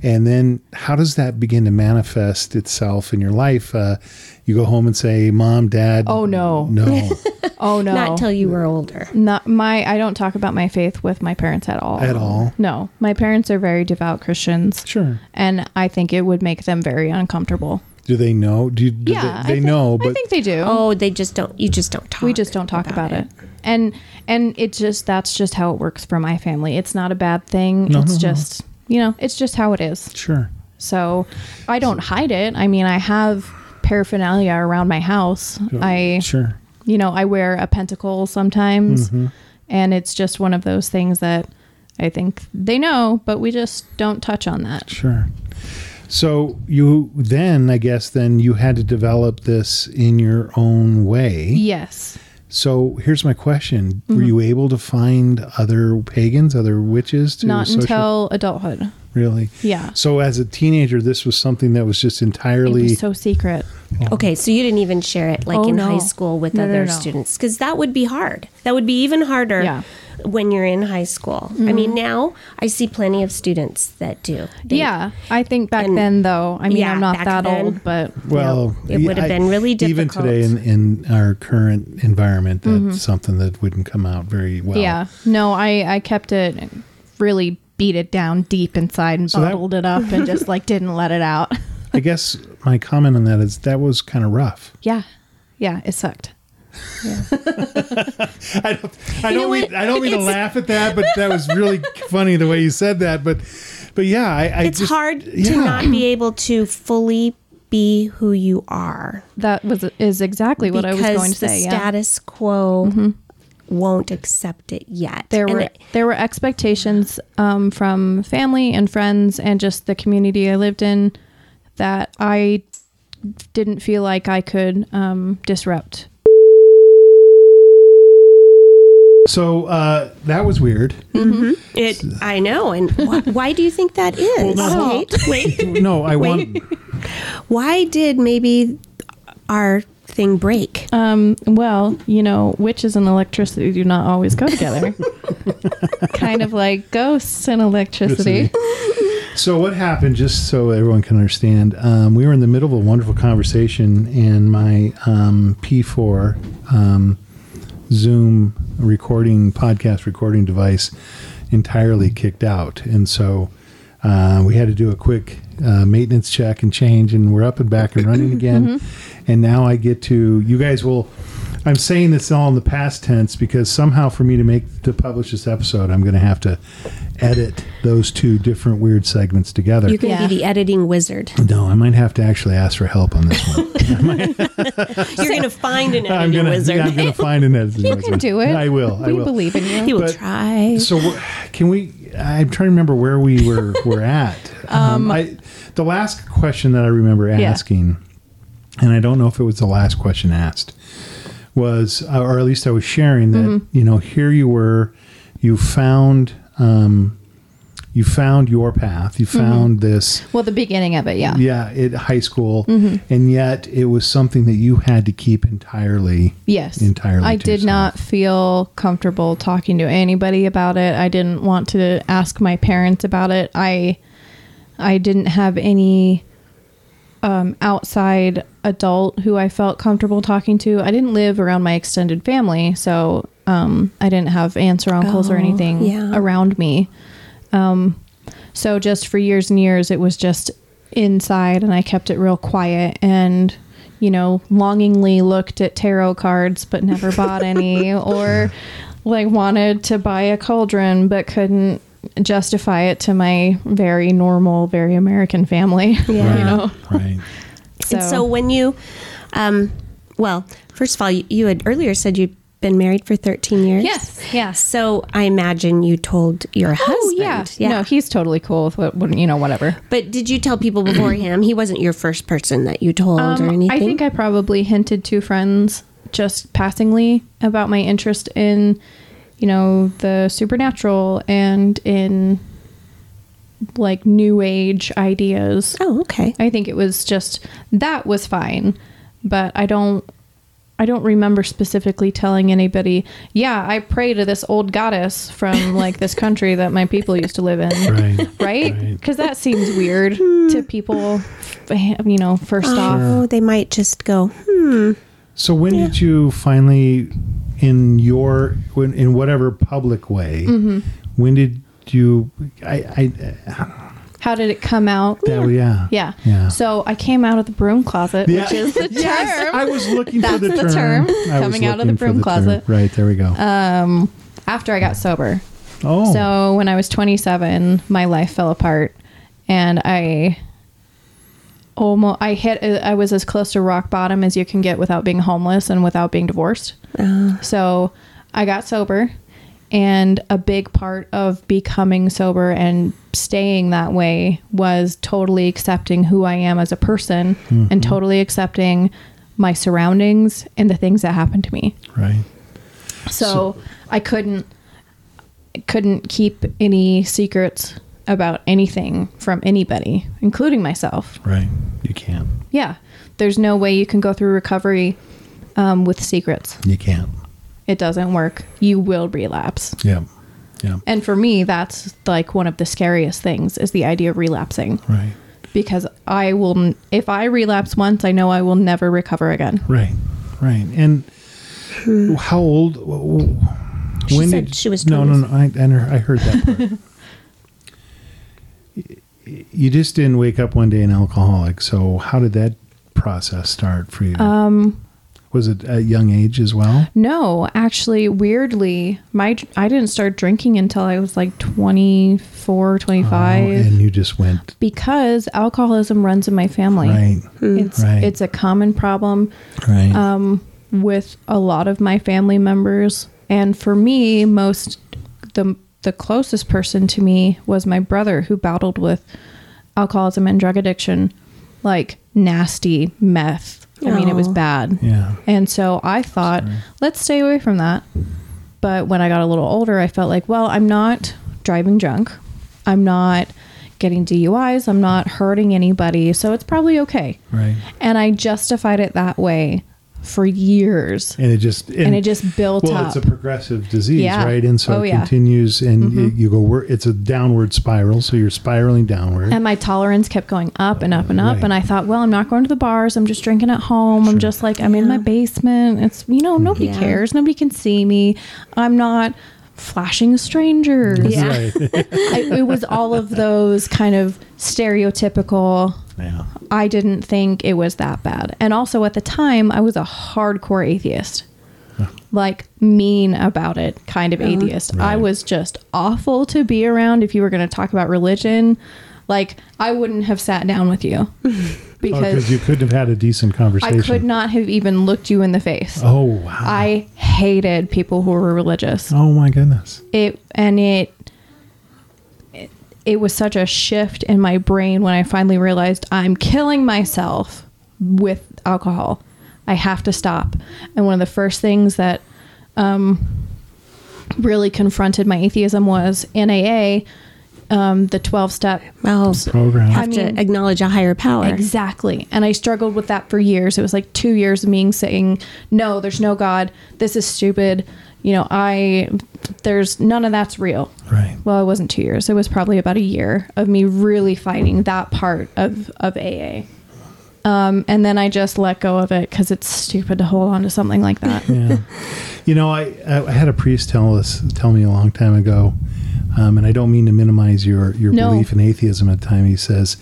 And then, how does that begin to manifest itself in your life? Uh, you go home and say, "Mom, Dad." Oh, no. no, Oh no. Not till you were older. Not my I don't talk about my faith with my parents at all. at all. No. My parents are very devout Christians Sure. and I think it would make them very uncomfortable. Do they know? Do, you, do yeah, they, I they think- know? But I think they do. Oh, they just don't. You just don't talk. we just don't talk about, it. and and it just that's just how it works for my family. It's not a bad thing. No, it's no, no. just you know it's just how it is. sure. So I don't hide it. I mean, I have paraphernalia around my house. I sure. you know, I wear a pentacle sometimes. Mm-hmm. And it's just one of those things that I think they know, but we just don't touch on that. Sure. So you then, I guess, then you had to develop this in your own way. Yes. So here's my question: Mm-hmm. Were you able to find other pagans, other witches? To Not social- until adulthood. really. Yeah. So as a teenager, this was something that was just It entirely was so secret. Okay, so you didn't even share it like Oh, in no. high school with No, no, other no. students because that would be hard. That would be even harder Yeah. Mm-hmm. when you're in high school. I mean, now I see plenty of students that do. They- yeah. I think back and- then, though, I mean, Yeah, I'm not back that then. old, but well. It yeah, would have I- been really Even difficult. today, in, in our current environment, that's something that wouldn't come out very well. Mm-hmm. yeah. No, I, I kept it really beat it down deep inside and that- bottled it up and just like didn't let it out. I guess my comment on that is that was kind of rough. Yeah. Yeah. It sucked. I don't, I don't mean, I don't mean to laugh at that, but that was really funny the way you said that. But, but yeah, I, I it's just- hard yeah. to not be able to fully be who you are That was is exactly what I because was going to the say. yeah. Mm-hmm. status quo won't accept it yet. there And were it- there were expectations um, from family and friends and just the community I lived in that I didn't feel like I could um, disrupt. So uh, that was weird. it, I know, and wh- why do you think that is? no. Kate? Wait, No, I want. Oh. why did maybe our thing break? Um, well, you know, witches and electricity do not always go together. kind of like ghosts and electricity. So what happened? Just so everyone can understand, um, we were in the middle of a wonderful conversation, and my um, P4 um, Zoom recording podcast recording device entirely kicked out, and so uh, we had to do a quick uh, maintenance check and change, and we're up and back and running again. And now I get to you guys will. I'm saying this all in the past tense because somehow for me to make to publish this episode, I'm going to have to edit those two different weird segments together. You can Yeah. be the editing wizard. no, I might have to actually ask for help on this one. You're going to find an I'm editing gonna, wizard. yeah, I'm gonna find an editing. You can do it. I will. I we will. believe in you. he will but- try. So wh- can we? I'm trying to remember where we were were at. Um, I, the last question that I remember Yeah. asking, and I don't know if it was the last question asked, was uh, or at least I was sharing that you know here you were, you found um, you found your path, you found this Well, the beginning of it, yeah. yeah at high school, and yet it was something that you had to keep entirely. Yes. entirely I to did yourself. not feel comfortable talking to anybody about it. I didn't want to ask my parents about it. I I didn't have any um, outside adult who I felt comfortable talking to. I didn't live around my extended family, so um, I didn't have aunts or uncles or Oh, anything yeah. around me. Um, so just for years and years, it was just inside, and I kept it real quiet and. You know, longingly looked at tarot cards but never bought any, or like wanted to buy a cauldron but couldn't justify it to my very normal, very American family. Yeah. you know. Right. So, And so when you, um, well, first of all, you, you had earlier said you'd been married for 13 years. Yes, yes. So I imagine you told your oh husband. yeah. no, he's totally cool with what, what you know, whatever. but did you tell people before him? He wasn't your first person that you told or anything? Um, I think I probably hinted to friends just passingly about my interest in, you know, the supernatural and in like new age ideas. oh, okay. I think it was just that was fine, but I don't I don't remember specifically telling anybody, yeah, I pray to this old goddess from like this country that my people used to live in. Right. Right? Right. Because that seems weird to people, f- you know, first off. Oh, they might just go, hmm, So when did you finally, in your when, Mm-hmm. in whatever public way, when did you? I, I How did it come out? That, oh, yeah. Yeah. Yeah. So I came out of the broom closet, Yeah. which is the term. I was looking for That's the the term. term, I was coming out of the looking for broom term. closet. Right there we go. Um, after I got sober. oh, So when I was 27, my life fell apart, and I almost I hit I was as close to rock bottom as you can get without being homeless and without being divorced. So I got sober, and a big part of becoming sober and staying that way was totally accepting who I am as a person and totally accepting my surroundings and the things that happened to me right. so I couldn't couldn't keep any secrets about anything from anybody, including myself. Right. You can't. Yeah, there's no way you can go through recovery um, with secrets. You can't. It doesn't work. You will relapse. Yeah. Yeah. And for me, that's like one of the scariest things is the idea of relapsing Right. because I will n- if I relapse once, I know I will never recover again. Right. Right. And how old? She when said did, she was No, no, no. I, and her- I heard that part. Y- y- you just didn't wake up one day an alcoholic. So how did that process start for you? Um, was it at young age as well? No, actually, weirdly, my I didn't start drinking until I was like 24, 25 Oh, and you just went because alcoholism runs in my family. right, It's Right. it's a common problem right, um, with a lot of my family members, and for me, most the the closest person to me was my brother, who battled with alcoholism and drug addiction, like nasty meth. I mean, it was Aw. bad. yeah, And so I thought, let's stay away from that. But when I got a little older, I felt like, well, I'm not driving drunk. I'm not getting DUIs. I'm not hurting anybody. So it's probably okay. right. And I justified it that way for years. And it just and, it just built well, up. it's a progressive disease, Yeah. right? And so Oh, it yeah. Mm-hmm. continues, and it- you go. wor- It's a downward spiral, so you're spiraling downward. And my tolerance kept going up and up and up. Right. And I thought, well, I'm not going to the bars. I'm just drinking at home. I'm just like, I'm in my basement. It's, you know, nobody Yeah. cares. Nobody can see me. I'm not flashing strangers. Yeah. Right. I, it was all of those kind of stereotypical. yeah. I didn't think it was that bad. And also at the time, I was a hardcore atheist, like mean about it kind of atheist. I Right. was just awful to be around if you were going to talk about religion. Like, I wouldn't have sat down with you Because because Oh, you couldn't have had a decent I conversation. could not have even looked you in the face. Oh wow. I hated people who were religious. oh my goodness. it and it, it it was such a shift in my brain when I finally realized I'm killing myself with alcohol. I have to stop. And one of the first things that um, really confronted my atheism was NAA, um, the 12 step Well, Program. have I mean- to acknowledge a higher power. Exactly. And I struggled with that for years. It was like two years of me saying, no, there's no God. This is stupid. You know, I, there's none of that's real. Right. Well, it wasn't two years. It was probably about a year of me really fighting that part of, of AA. Um, and then I just let go of it because it's stupid to hold on to something like that. yeah. You know, I, I had a priest tell us tell me a long time ago, um, and I don't mean to minimize your your No. belief in atheism at the time. He says,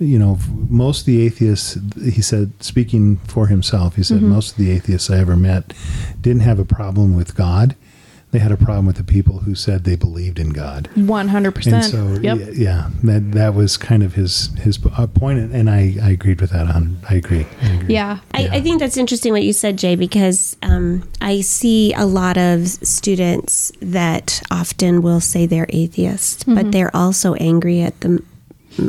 you know, most of the atheists, he said, speaking for himself, he said, Mm-hmm. most of the atheists I ever met didn't have a problem with God. They had a problem with the people who said they believed in God. 100%. And so, yep. yeah, yeah, that that was kind of his his uh, point, and- and I, I agreed with that. On I agree. I agree. yeah. I, I think that's interesting what you said, Jay, because um, I see a lot of students that often will say they're atheists, but they're also angry at the Mm-hmm.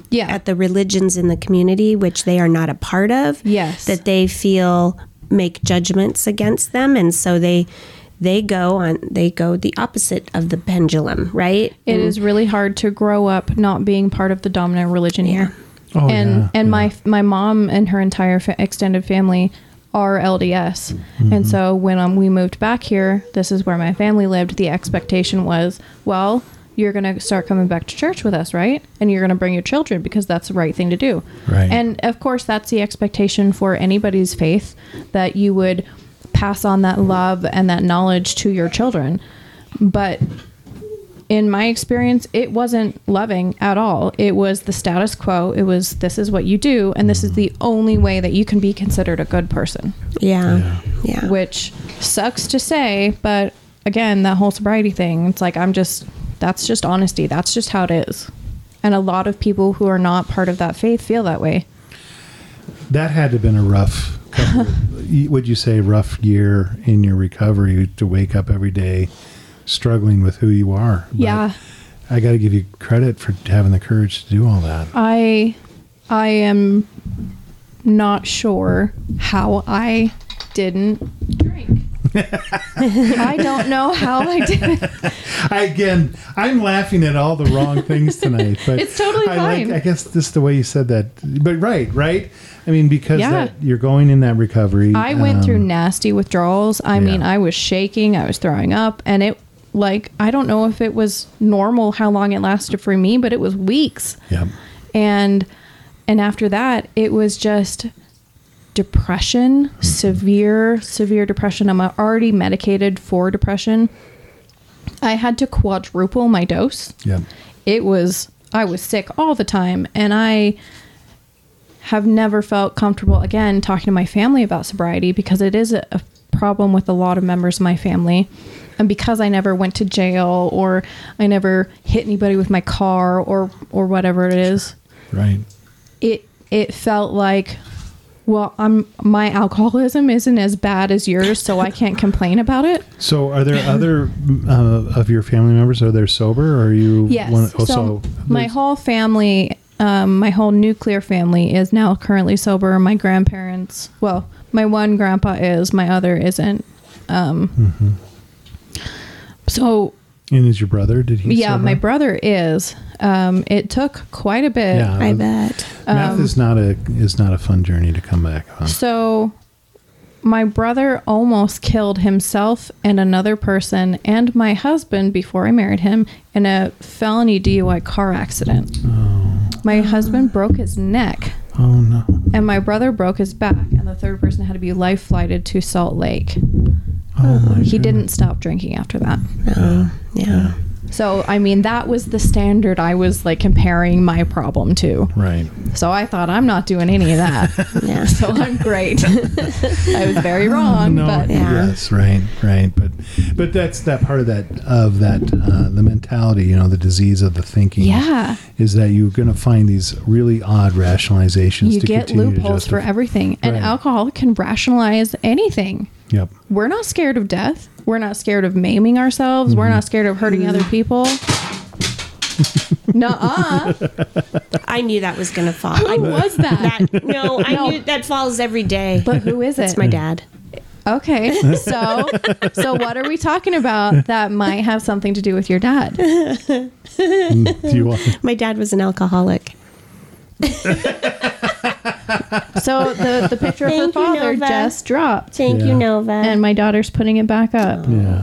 Yeah. at the religions in the community which they are not a part of. Yes. that they feel make judgments against them, and so they they go on they go the opposite of the pendulum, right? It is really hard to grow up not being part of the dominant religion here. Oh, and yeah, and yeah. my my mom and her entire fa- extended family are LDS. Mm-hmm. And so when um, we moved back here, this is where my family lived. The expectation was, well, you're going to start coming back to church with us, right? And you're going to bring your children because that's the right thing to do. Right. And of course, that's the expectation for anybody's faith that you would pass on that love and that knowledge to your children. But in my experience, it wasn't loving at all. It was the status quo. It was this is what you do, and this is the only way that you can be considered a good person, Yeah. Yeah. which sucks to say. But again, that whole sobriety thing, it's like I'm just, that's just honesty. That's just how it is. And a lot of people who are not part of that faith feel that way. That had to have been a rough, couple of- would you say, rough year in your recovery to wake up every day struggling with who you are. But Yeah. I got to give you credit for having the courage to do all that. I I am not sure how I didn't drink. I don't know how I did. I, again, I'm laughing at all the wrong things tonight, but It's totally I fine. I guess just the way you said that, but right, right. I mean, because Yeah. that, you're going in that recovery. I went um, through nasty withdrawals. I mean, yeah. I was shaking, I was throwing up, and it like I don't know if it was normal how long it lasted for me, but it was weeks. Yeah. and and after that it was just depression Mm-hmm. severe severe depression i'm already medicated for depression i had to quadruple my dose Yeah. it was i was sick all the time and i have never felt comfortable again talking to my family about sobriety because it is a, a problem with a lot of members of my family and because i never went to jail or i never hit anybody with my car or or whatever it is Right. it it felt like well i'm my alcoholism isn't as bad as yours so i can't complain about it So, are there other uh, of your family members? Are they sober? Or are you? Yes. one- oh, so, my there's- whole family, um, my whole nuclear family is now currently sober. My grandparents, well, my one grandpa is, my other isn't. Um, So And is your brother? Did he? yeah, Mm-hmm. sober? my brother is. Um, it took quite a bit. Yeah. I bet. Meth um, is not a is not a fun journey to come back on. So my brother almost killed himself and another person and my husband before I married him in a felony DUI car accident. My husband broke his neck Oh no. and my brother broke his back and the third person had to be life flighted to Salt Lake. Oh my. He didn't stop drinking after that. No. Yeah. So I mean that was the standard I was like comparing my problem to. Right. So I thought I'm not doing any of that. Yeah. so I'm great. I was very wrong, No, but Yeah. Yes, right, right. But but that's that part of that of that uh, the mentality, you know, the disease of the thinking. Yeah. Is that you're going to find these really odd rationalizations you to get continue to loopholes for justify- everything and Right. alcohol can rationalize anything Yep. we're not scared of death we're not scared of maiming ourselves Mm-hmm. we're not scared of hurting Mm. other people Nuh-uh. I knew that was going to fall. Who I, was that? that no, I No. knew that falls every day. But who is That's it? my dad. okay, so so what are we talking about that might have something to do with your dad? Mm, Do you want My dad was an alcoholic. So the the picture of her Thank you, father Nova. just dropped, Thank Yeah. you, Nova. and my daughter's putting it back up. Oh. Yeah.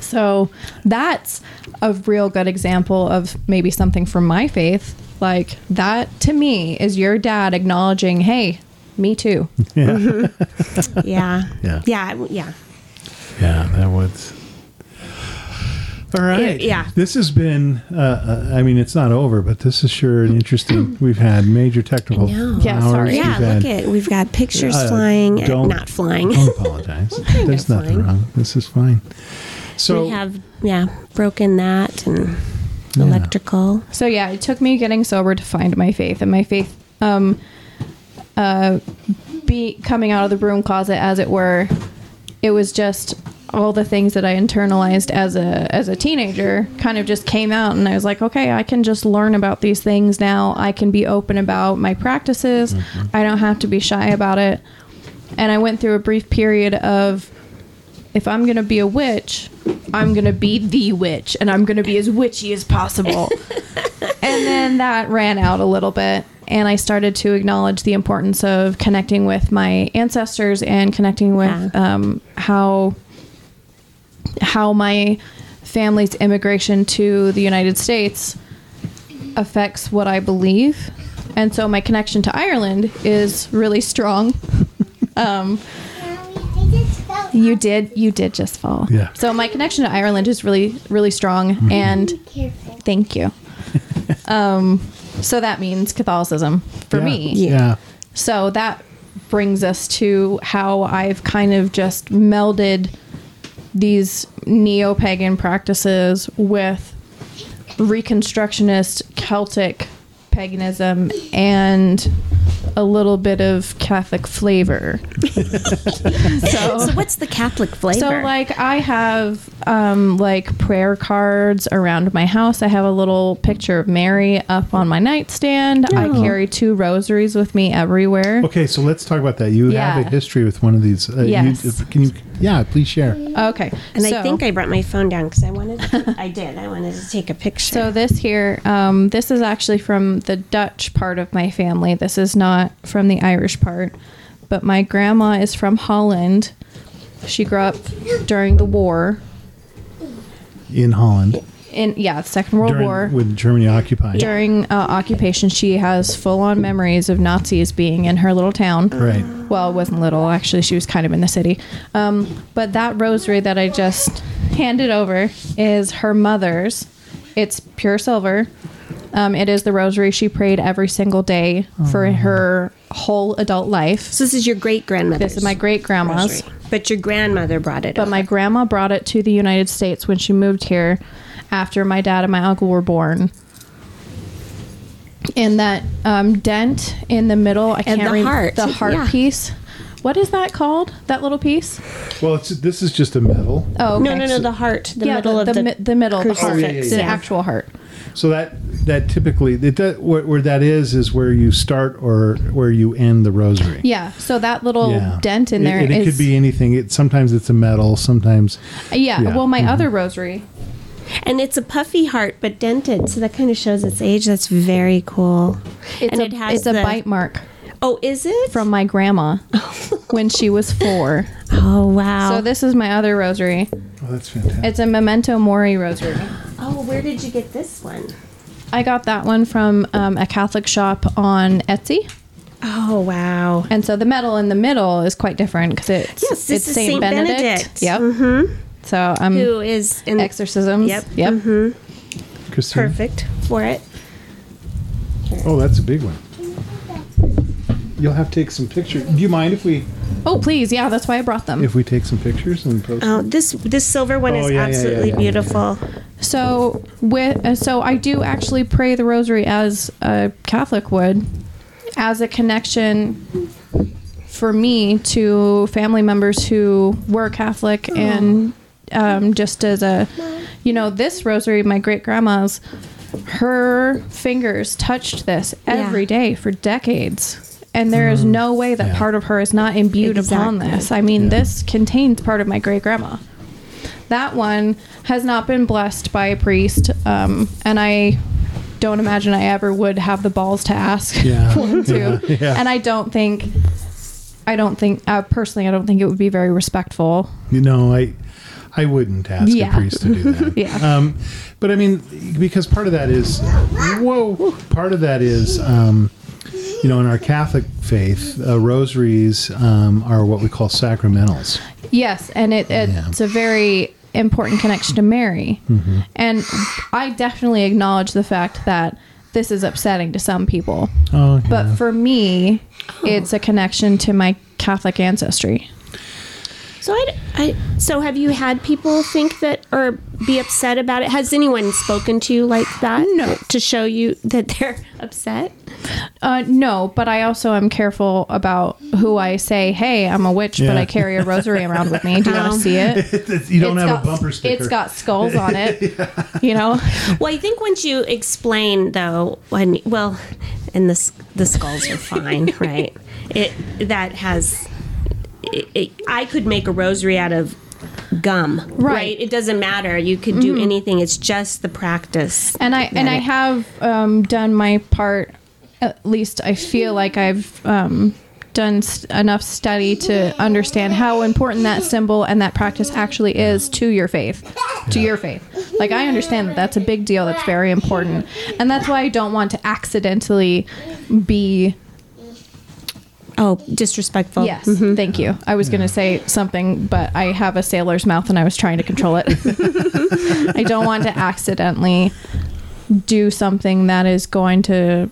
So that's a real good example of maybe something from my faith. Like that to me is your dad acknowledging, hey, me too. Yeah. Yeah. Yeah. I w- Yeah. Yeah, that was. All right. yeah. This has been, uh, uh, I mean, it's not over, but this is sure an interesting. We've had major technical. know. Yeah, hours. sorry. We've Yeah. had- Look at we've got pictures Uh, flying, and don't- not flying. Oh, Don't apologize. There's of nothing fine. wrong. This is fine. So we have yeah broken that and electrical. So yeah, it took me getting sober to find my faith, and my faith, um, uh, be coming out of the broom closet, as it were. It was just all the things that I internalized as a as a teenager, kind of just came out, and I was like, okay, I can just learn about these things now. I can be open about my practices. I don't have to be shy about it. And I went through a brief period of if I'm gonna be a witch, I'm gonna be the witch, and I'm gonna be as witchy as possible. and then that ran out a little bit, and I started to acknowledge the importance of connecting with my ancestors and connecting with Yeah. um, how how my family's immigration to the United States affects what I believe. And so my connection to Ireland is really strong. Mommy, I just fell You did. You did just fall. Yeah. Mm-hmm. So my connection to Ireland is really, really strong. And Careful. thank you. um, so that means Catholicism for Yeah. me. Yeah. So that brings us to how I've kind of just melded these neo pagan practices with Reconstructionist Celtic paganism and a little bit of Catholic flavor. so, So what's the Catholic flavor? so like I have um, like prayer cards around my house. I have a little picture of Mary up on my nightstand. I Oh. carry two rosaries with me everywhere. Okay, so let's talk about that. You have Yeah. a history with one of these. Uh, you- Yes. can you? Yeah, please share. Okay. and so, I think I brought my phone down because I wanted. To, I did. I wanted to take a picture. So this here, um, this is actually from the Dutch part of my family. This is not from the Irish part, but my grandma is from Holland. She grew up during the war, In Holland, in yeah, the Second World during- War. when Germany occupied. during uh, occupation, she has full on memories of Nazis being in her little town. Right. Well, it wasn't little, actually. She was kind of in the city. Um, but that rosary that I just handed over is her mother's. It's pure silver. Um, it is the rosary she prayed every single day for her whole adult life. So this is your great grandmother. This is my great grandma's. But your grandmother brought it. But my grandma brought it to the United States when she moved here after my dad and my uncle were born. And that um, dent in the middle, I can't the remember heart, the heart yeah. piece. What is that called? That little piece? Well, it's, this is just a medal. Oh, okay. No, no, no. The heart. The yeah, middle the, of the, the, mi- the middle, the heart, crucifix, the yeah. actual heart. So that that typically it, that, where, where that is is where you start or where you end the rosary. Yeah. So that little Yeah. dent in It- there and is. it could be anything. It sometimes it's a medal. Sometimes yeah, yeah. Mm-hmm. Well, my other rosary. And it's a puffy heart, but dented, so that kind of shows its age. That's very cool. It's and a, it has it's a the- bite mark Oh, is it from my grandma when she was four. Oh wow. So this is my other rosary. oh, that's fantastic. It's a memento mori rosary. oh, where did you get this one? I got that one from um, a Catholic shop on Etsy. Oh wow. And so the medal in the middle is quite different because it's, Yes, this it's is Saint Saint Benedict. Benedict. Mm-hmm. Yep. So I'm Who is in exorcisms. Yep. Mm-hmm. Yep. Christine. perfect for it? Oh, that's a big one. You'll have to take some pictures. Do you mind if we Oh, please. Yeah, that's why I brought them. if we take some pictures and post? Um, Oh, this this silver one Oh, is yeah, yeah, yeah, absolutely yeah, yeah. beautiful. So with uh, so I do actually pray the rosary as a Catholic would, as a connection for me to family members who were Oh. Catholic and um, just as a you know this rosary my great grandma's her fingers touched this every Yeah. Mm. day for decades and there is no way that part of her is not imbued upon Exactly. this i mean this contains part of my great grandma that one has not been blessed by a priest, um, and I don't imagine I ever would have the balls to ask Yeah. one to. Yeah, yeah. And I don't think, I don't think uh, personally, I don't think it would be very respectful. You know, I I wouldn't ask Yeah. a priest to do that. Yeah. Um, but I mean, because part of that is, whoa, part of that is, um, you know, in our Catholic faith, uh, rosaries um, are what we call sacramentals. Yes, and it, it Yeah. Mm-hmm. it's a very important connection to Mary, and I definitely acknowledge the fact that this is upsetting to some people, Oh, but for me, it's a connection to my Catholic ancestry. So I, I so have you had people think that or be upset about it? Has anyone spoken to you like that? No. To show you that they're upset. Uh, no, but I also am careful about who I say, hey, I'm a witch, but Yeah. I carry a rosary around with me. Do you want Um, to see it? you don't It's have got- a bumper sticker. It's got skulls on it, you know? Well, I think once you explain, though, when well, and the s- the skulls are fine, right? It that has, it, it, I could make a rosary out of gum, right? It doesn't matter. You could do anything. It's just the practice. Mm-hmm. And I, and I have um, done my part. At least I feel like I've um, done s enough study to understand how important that symbol and that practice actually is to your faith. To your faith. Like, I understand that that's a big deal. That's very important. And that's why I don't want to accidentally be Oh, disrespectful. Mm-hmm. Yes, thank you. I was going to say something, but I have a sailor's mouth and I was trying to control it. I don't want to accidentally do something that is going to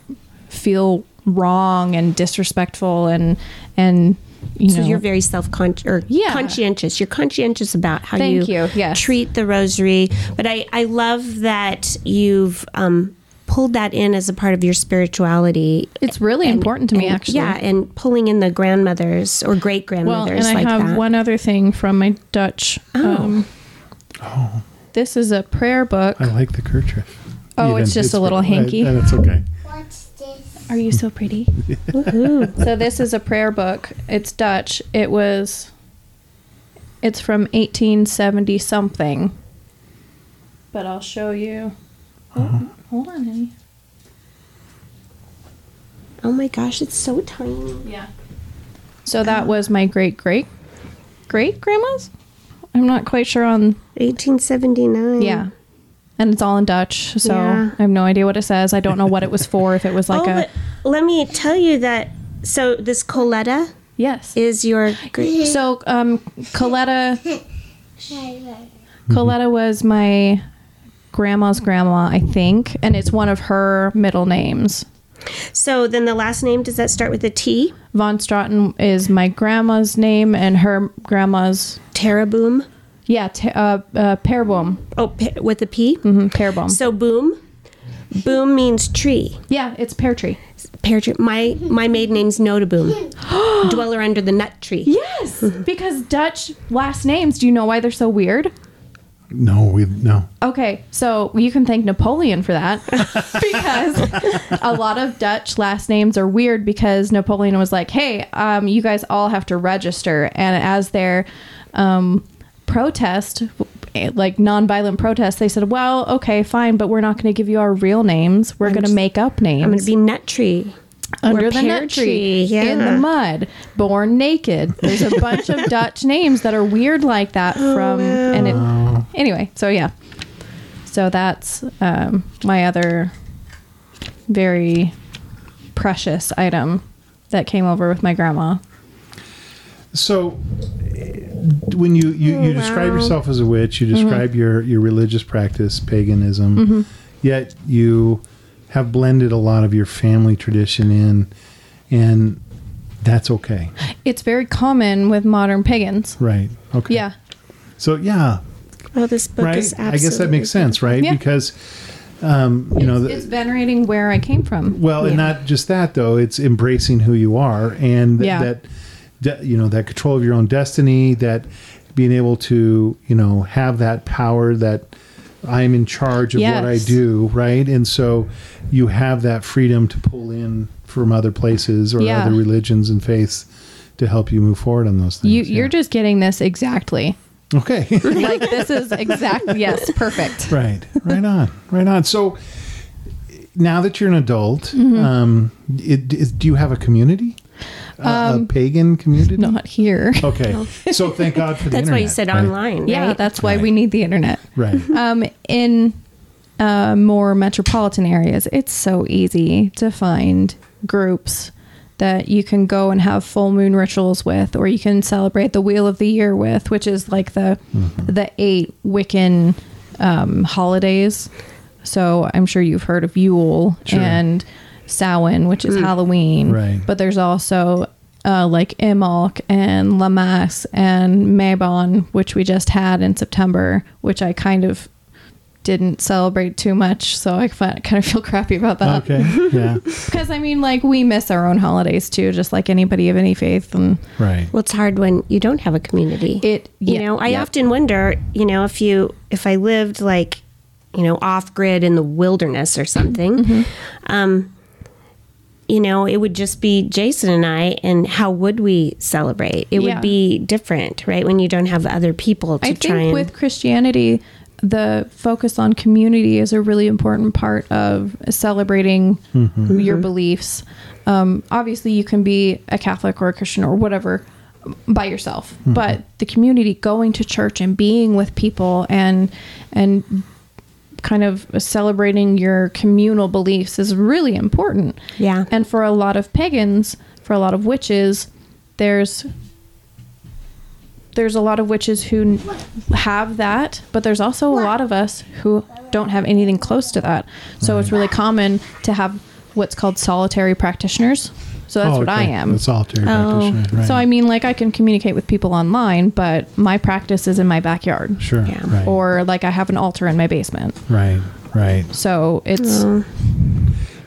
feel wrong and disrespectful and and you So know you're very self or Yeah. conscientious. You're conscientious about how Thank you, you, yes. treat the rosary. But I, I love that you've um, pulled that in as a part of your spirituality. it's really important to me And- actually. Yeah, and pulling in the grandmothers or great Well, grandmothers and I like have that. Oh. one other thing from my Dutch. Um, This is a prayer book. Oh. I like the kerchief. Oh, it's just a little hanky. And it's okay. What's this? Are you so pretty? so this is a prayer book. It's Dutch. It was it's from 1870 something. But I'll show you. Oh, Hold on, honey. oh my gosh, it's so tiny. Yeah. So that was my great great great grandma's? I'm not quite sure on 1879. yeah. And it's all in Dutch, so Yeah. I have no idea what it says. I don't know what it was for if it was like oh, a but let me tell you that. So this Coletta yes. is your great. so um Coletta Shiloh. Coletta was my grandma's grandma, I think, and it's one of her middle names. So then the last name does that start with a T? Von Straten is my grandma's name, and her grandma's Teraboom. yeah, t- uh, uh, Peerboom, Oh, pe- with a P. mm, Peerboom. So boom, boom means tree. yeah, it's pear tree. Pear tree. My my maiden name's Notaboom, dweller under the nut tree. Yes, because Dutch last names. Do you know why they're so weird? No, we no. Okay, so you can thank Napoleon for that because a lot of Dutch last names are weird because Napoleon was like, hey, um, you guys all have to register. And as their um, protest, like nonviolent protest, they said, well, okay, fine, but we're not going to give you our real names. We're going to just- make up names I'm gonna be nut tree. under Or the pear nut tree, tree, in yeah. the mud, born naked. There's a bunch of Dutch names that are weird like that from and it anyway, so yeah. So that's um, my other very precious item that came over with my grandma. So eh, when you you, Oh, you describe yourself as a witch, you Mm-hmm. describe your your religious practice, paganism, yet you have blended a lot of your family tradition in, and that's okay, It's very common with modern pagans. right? Okay. Yeah. So yeah, Oh, this book right. is absolutely. I guess that makes sense, right? Yeah. Because um, you know, the, It's venerating where I came from. Well, and Yeah. not just that though; it's embracing who you are, and th- Yeah. that de- you know that control of your own destiny, that being able to you know have that power that I am in charge of what I Yes. do, right? And so you have that freedom to pull in from other places or Yeah. other religions and faiths to help you move forward on those things. you yeah. you're just getting this exactly. okay. Like this is exact yes, perfect. Right, right on, right on. So now that you're an adult, Mm-hmm. um, it, it- do you have a community? A- a Um, pagan community? Not here. Okay, so thank God for the That's why you internet, said right? online. Yeah, right? that's why we Right. need the internet. Right. Um, in uh, more metropolitan areas, it's so easy to find groups that you can go and have full moon rituals with, or you can celebrate the Wheel of the Year with, which is like the Mm-hmm. the eight Wiccan um, holidays. So I'm sure you've heard of Yule Sure. Mm. and Samhain, which is Halloween. Right. But there's also uh, like Imulk and Lamas and Mabon, which we just had in September, which I kind of didn't celebrate too much. So I fi- kind of feel crappy about that. Okay. Yeah. Because I mean, like, we miss our own holidays too, just like anybody of any faith. And Right. Well, it's hard when you don't have a community. It- you yeah, know, I yeah. often wonder, you know, if you if I lived like, you know, off grid in the wilderness or something, um, you know, it would just be Jason and I, and how would we celebrate? It Yeah. would be different, right? When you don't have other people to I try think and with Christianity, the focus on community is a really important part of celebrating Mm-hmm. your beliefs. Um, obviously, you can be a Catholic or a Christian or whatever by yourself, but the community, going to church and being with people and and kind of celebrating your communal beliefs is really important. Yeah. And for a lot of pagans, for a lot of witches, there's there's a lot of witches who n- have that, but there's also a lot of us who don't have anything close to that. So it's really common to have what's called solitary practitioners. So that's Oh, what I okay. am. Um, That's Oh. solitary practitioner. Right. So I mean, like I can communicate with people online, but my practice is in my backyard. sure. Yeah. Right. Or like I have an altar in my basement. right. Right. So it's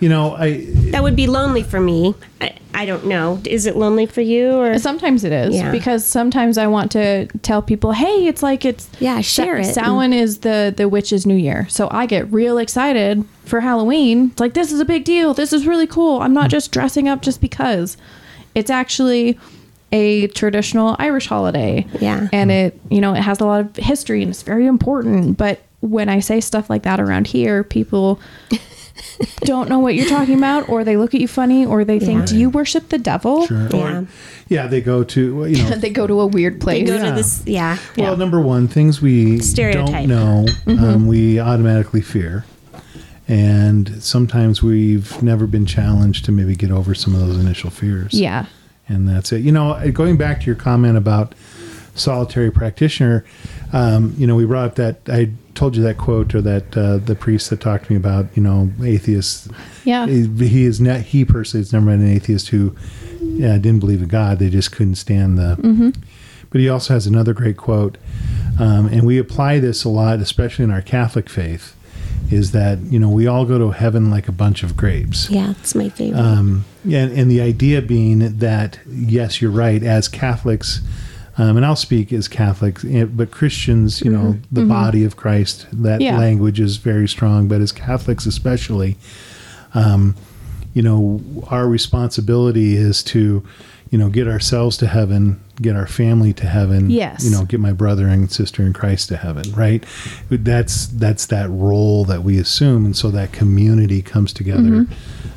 You know, I That would be lonely for me. I, I don't know. Is it lonely for you or sometimes it is Yeah. because sometimes I want to tell people, "Hey, it's like it's Yeah, share it. Samhain is the the witch's new year. So I get real excited for Halloween. It's like this is a big deal. This is really cool. I'm not just dressing up just because. It's actually a traditional Irish holiday. Yeah. And it, you know, it has a lot of history and it's very important, but when I say stuff like that around here, people don't know what you're talking about or they look at you funny or they think, "Do you worship the devil?" sure. Yeah. Or, yeah, they go to well, you know. they go to a weird place. go Yeah. to this? Yeah. Well, number one, things we Stereotype. Mm-hmm. don't know, um, we automatically fear, and sometimes we've never been challenged to maybe get over some of those initial fears. Yeah. and that's it. You know, uh, going back to your comment about solitary practitioner, um, you know, we brought up that I told you that quote or that uh, the priest that talked to me about, you know, atheists. Yeah. He, he is not he personally has never met an atheist who uh, didn't believe in God. They just couldn't stand the. But he also has another great quote, um, and we apply this a lot, especially in our Catholic faith. Is that you know we all go to heaven like a bunch of grapes. Yeah, it's my favorite. Um, and, and the idea being that, yes, you're right, as Catholics, um, and I'll speak as Catholics, eh, but Christians, you know, the body of Christ, that Mm-hmm. Yeah. language is very strong, but as Catholics especially, um, you know, our responsibility is to, you know, get ourselves to heaven, get our family to heaven. Yes. You know, get my brother and sister in Christ to heaven, right? That's that's that role that we assume, and so that community comes together,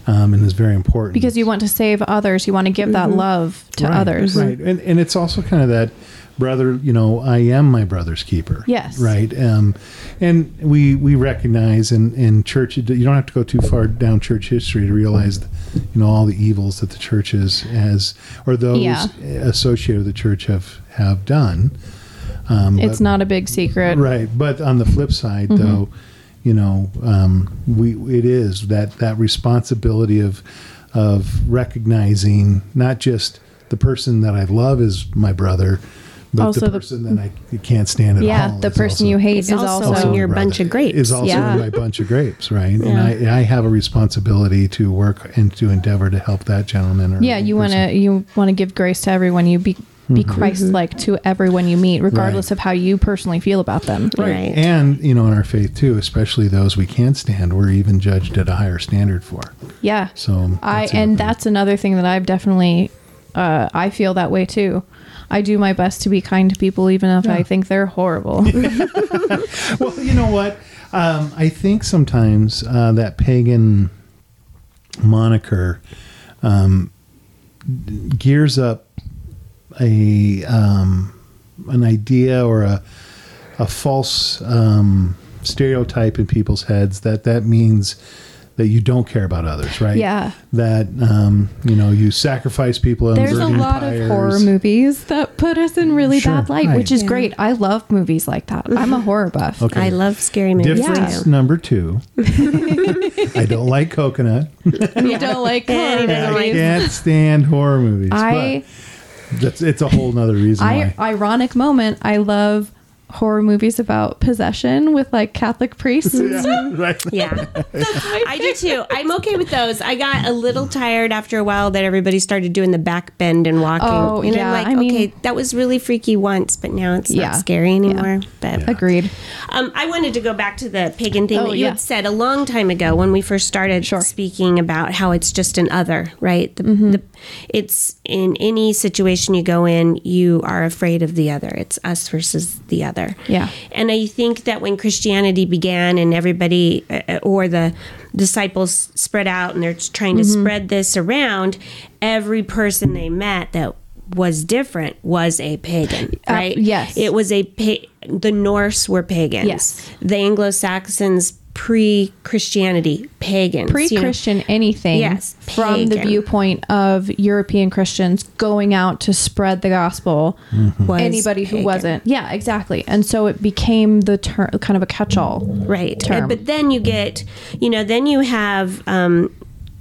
um, and is very important Mm-hmm. because you want to save others you want to give that love to Right, others right? And and it's also kind of that brother, you know, I am my brother's keeper. Yes. right. Um, and we we recognize in in church, you don't have to go too far down church history to realize, you know, all the evils that the church is has or those Yeah. associated with the church have have done. Um, it's but- not a big secret right but on the flip side Mm-hmm. though you know um, we it is that that responsibility of of recognizing not just the person that i love is my brother but Also the the- person that i can't stand at all yeah the is person Oh, also- you hate It's is also also, in my your brother. bunch of grapes. is also Yeah. in my bunch of grapes right and I, I have a responsibility to work and to endeavor to help that gentleman or yeah you want person. to you want to give grace to everyone you be be christ-like to everyone you meet regardless Mm-hmm. Right. of how you personally feel about them right. and you know in our faith too especially those we can't stand we're even judged at a higher standard for yeah so I it. and that's another thing that I've definitely uh, I feel that way too. I do my best to be kind to people even if I think they're horrible. well, you know what? Um, I think sometimes uh, that pagan moniker um, gears up a um, an idea or a a false um, stereotype in people's heads that that means that you don't care about others, right? Yeah. That um, you know you sacrifice people. and There's a burn lot of pyres. horror movies that put us in really Sure, bad light, right. which is great. I love movies like that. I'm a horror buff. Okay. I love scary movies. Difference too. number two. I don't like coconut. You don't like And he horror doesn't I like- movies. can't stand horror movies. I but that's, it's a whole nother reason I why. ironic moment. I love horror movies about possession with like Catholic priests. and stuff. Yeah, right. Yeah. I do too. I'm okay with those. I got a little tired after a while that everybody started doing the back bend and walking. Oh, and yeah, I'm like, I mean- okay, that was really freaky once, but now it's Yeah. not scary anymore. But Agreed. Um, I wanted to go back to the pagan thing Oh, that you yeah. had said a long time ago when we first started Sure. Mm-hmm. speaking about how it's just an other, right? The, the, it's in any situation you go in, you are afraid of the other. It's us versus the other. Yeah. And I think that when Christianity began and everybody uh, or the disciples spread out and they're trying to Mm-hmm. spread this around, every person they met that was different was a pagan, Uh, right? yes. It was a pa- the Norse were pagans. Yes. The Anglo Saxons pre Christianity, pagans. you know. pre-Christian anything Yes, from the pagan. viewpoint of European Christians going out to spread the gospel. Mm. Was Hmm. Anybody who pagan. wasn't, yeah, exactly. And so it became the ter- kind of a catch-all. right term. And- but then you get you know then you have um,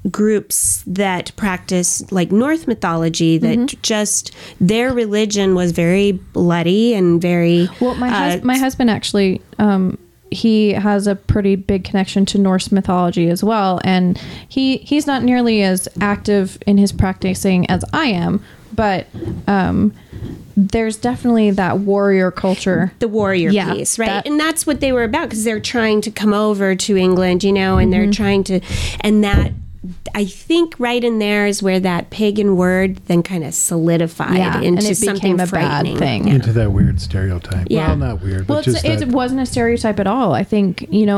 groups that practice like north mythology that Mm-hmm. just their religion was very bloody and very Well, my uh, hus- my husband actually um, he has a pretty big connection to Norse mythology as well, and he he's not nearly as active in his practicing as I am, but um, there's definitely that warrior culture. the warrior Yeah, piece, right? that- and that's what they were about because they're trying to come over to England, you know, and Mm-hmm. they're trying to, and that I think right in there is where that pagan word then kind of solidified Yeah, and into it something became a bad frightening. thing. into that weird stereotype. Yeah. Well, not weird, Well, but it's, just it that wasn't a stereotype at all. I think you know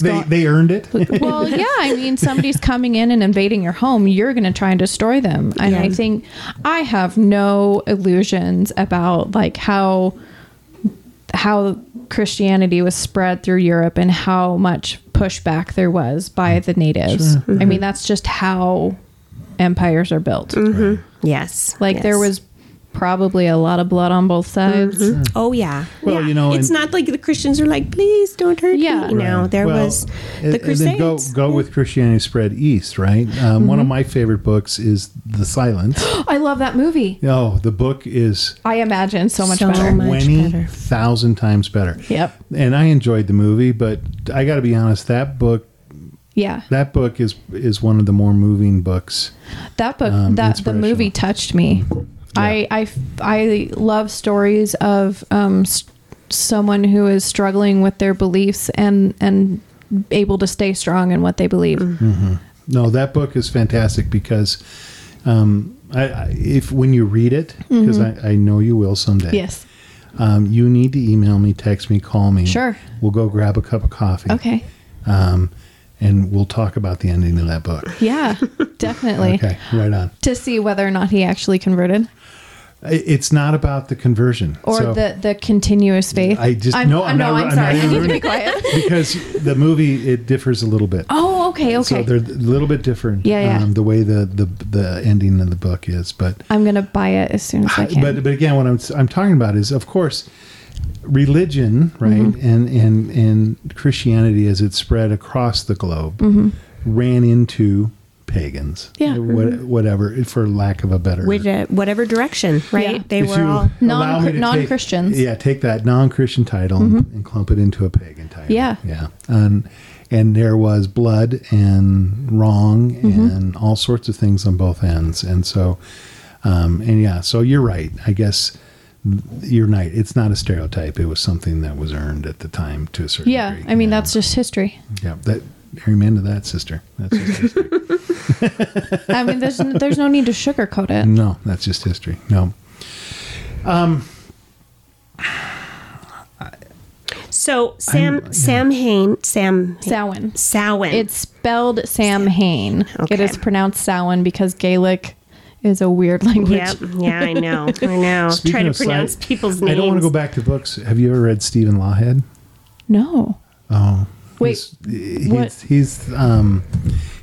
they, gone- they earned it. well, yeah. I mean, somebody's coming in and invading your home. You're going to try and destroy them. And I think I have no illusions about like how how Christianity was spread through Europe and how much pushback there was by the natives. I Mm-hmm. mean, that's just how empires are built. Yes, Like there Mm-hmm. yes. was probably a lot of blood on both sides. Oh yeah. Well, you know, it's and- not like the Christians are like, please don't hurt Yeah. me. You know, there Well, was and- the Crusades. And then go go with Christianity spread east, right? Um, One Mm-hmm. of my favorite books is The Silence. I love that movie. oh, the book is I imagine so much So better. much twenty better. thousand times better. Yep. And I enjoyed the movie, but I got to be honest, that book Yeah. that book is is one of the more moving books. That book, um, that the movie touched me. I, I f- I love stories of um, s- someone who is struggling with their beliefs and and able to stay strong in what they believe. No, that book is fantastic because um, I, I, if when you read it, because I, I know you will someday. Mm-hmm. Yes. Um, you need to email me, text me, call me. Sure. We'll go grab a cup of coffee. Okay. Um, and we'll talk about the ending of that book. Yeah. definitely. Okay, right on. To see whether or not he actually converted I- It's not about the conversion or So- the the continuous faith. I just- I'm, no, I'm no, not- I'm I'm not sorry. I even need to be learning. quiet. because the movie it differs a little bit. Oh, okay, okay. So they're a little bit different. Yeah, yeah. Um, the way the, the the ending of the book is, but I'm gonna buy it as soon as I can. but but again, what I'm I'm talking about is, of course, religion, right, Mm-hmm. and and and Christianity as it spread across the globe, ran into pagans, Mm-hmm. Yeah. what, whatever, for lack of a better. Which, uh, whatever direction, right? Yeah. They If were you all allow Non- me to take- non-Christians. Mm-hmm. yeah, take that non-Christian title and, and clump it into a pagan title. Yeah. yeah, and and there was blood and wrong Mm-hmm. and all sorts of things on both ends, and so, um, and yeah, so you're right. I guess you're right. It's not a stereotype. It was something that was earned at the time to a certain yeah, degree. I mean that's just history. yeah. That amen to that, sister. That's just history. I mean, there's there's no need to sugarcoat it. No, that's just history. No. Um, So Sam yeah. Sam Hain Sam Samhain. Samhain. It's spelled Sam Hain. It Okay. is pronounced Samhain because Gaelic is a weird language. yep. Yeah, I know. I know. speaking Try to of sci- pronounce people's names. I don't want to go back to books. Have you ever read Stephen Lawhead? No. Oh, Wait, he's, what- he's, he's um,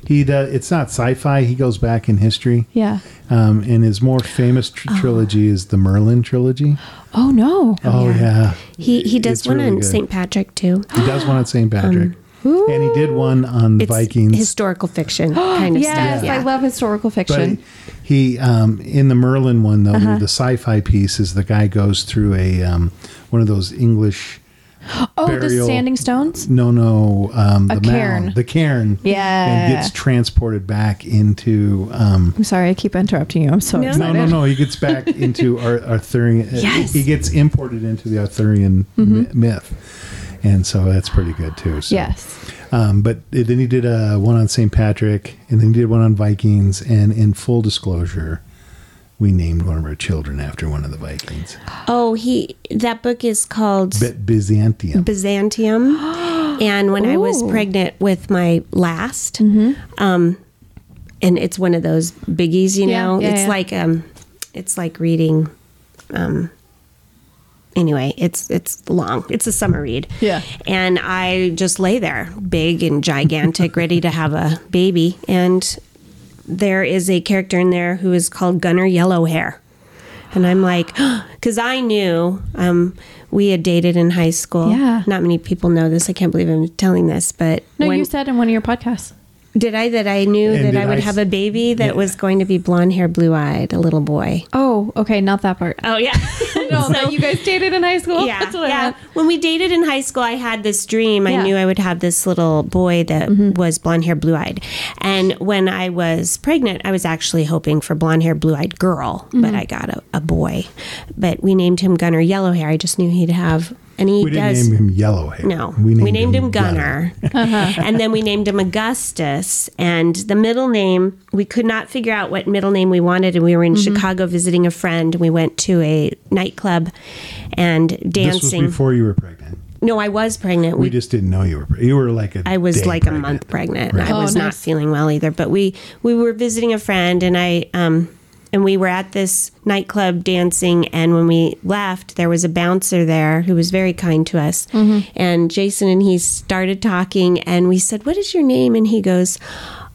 he does. It's not sci-fi. He goes back in history. Yeah. Um, and his more famous tr- trilogy is the Merlin trilogy. Oh no. Oh yeah, He he does It's one really on good. St. Patrick too. he does one on St. Patrick, and he did one on the It's Vikings. historical fiction kind of yes, stuff. Yeah. I love historical but fiction. he um, in the Merlin one though, the sci-fi piece is the guy goes through a um, one of those English. oh, the burial- Standing Stones. No, no, um, the cairn. mound, the cairn, Yeah. and gets transported back into um, I'm sorry, I keep interrupting you. I'm so No. No, excited. no, no. He gets back into Ar- Arthurian. Yes. Mm-hmm. He gets imported into the Arthurian mi- myth. And so that's pretty good too. So. Yes. Um, but then he did uh, one on St. Patrick, and then he did one on Vikings. And in full disclosure, we named one of our children after one of the Vikings, Oh, he that book is called By- Byzantium. Byzantium. and when I was pregnant with my last, Mm-hmm. um, and it's one of those biggies, you Yeah, know, um, yeah, it's yeah. like um, it's like reading um, anyway, it's it's long. It's a summer read. Yeah. And I just lay there, big and gigantic, ready to have a baby. And there is a character in there who is called Gunner Yellowhair. And I'm like, because I knew um, we had dated in high school. Yeah. Not many people know this. I can't believe I'm telling this, but No, when- you said in one of your podcasts. did I that I knew And that did I would I s- have a baby that Yeah. was going to be blonde hair, blue eyed, a little boy. Oh, okay, not that part. Oh yeah. no, that you guys dated in high school. yeah, That's what I yeah. meant. When we dated in high school, I had this dream. Yeah. I knew I would have this little boy that was blonde hair, blue eyed. And when I was pregnant, I was actually hoping for blonde hair, blue eyed girl, but I got a, a boy. But we named him Gunner Yellow Hair. I just knew he'd have, E. and he We didn't does. name him Yellow Hair. No, we named, him, Gunner, and then we named him Augustus. And the middle name we could not figure out what middle name we wanted, and we were in Chicago visiting a friend. We went to a nightclub and dancing. This was before you were pregnant. No, I was pregnant. We We, just didn't know you were. Pre- you were like a. I was day like pregnant. a month pregnant. Right. I was Oh, not nice. feeling well either. But we we were visiting a friend, and I um and we were at this nightclub dancing. And when we left, there was a bouncer there who was very kind to us. Mm-hmm. And Jason and he started talking, and we said, "What is your name?" And he goes,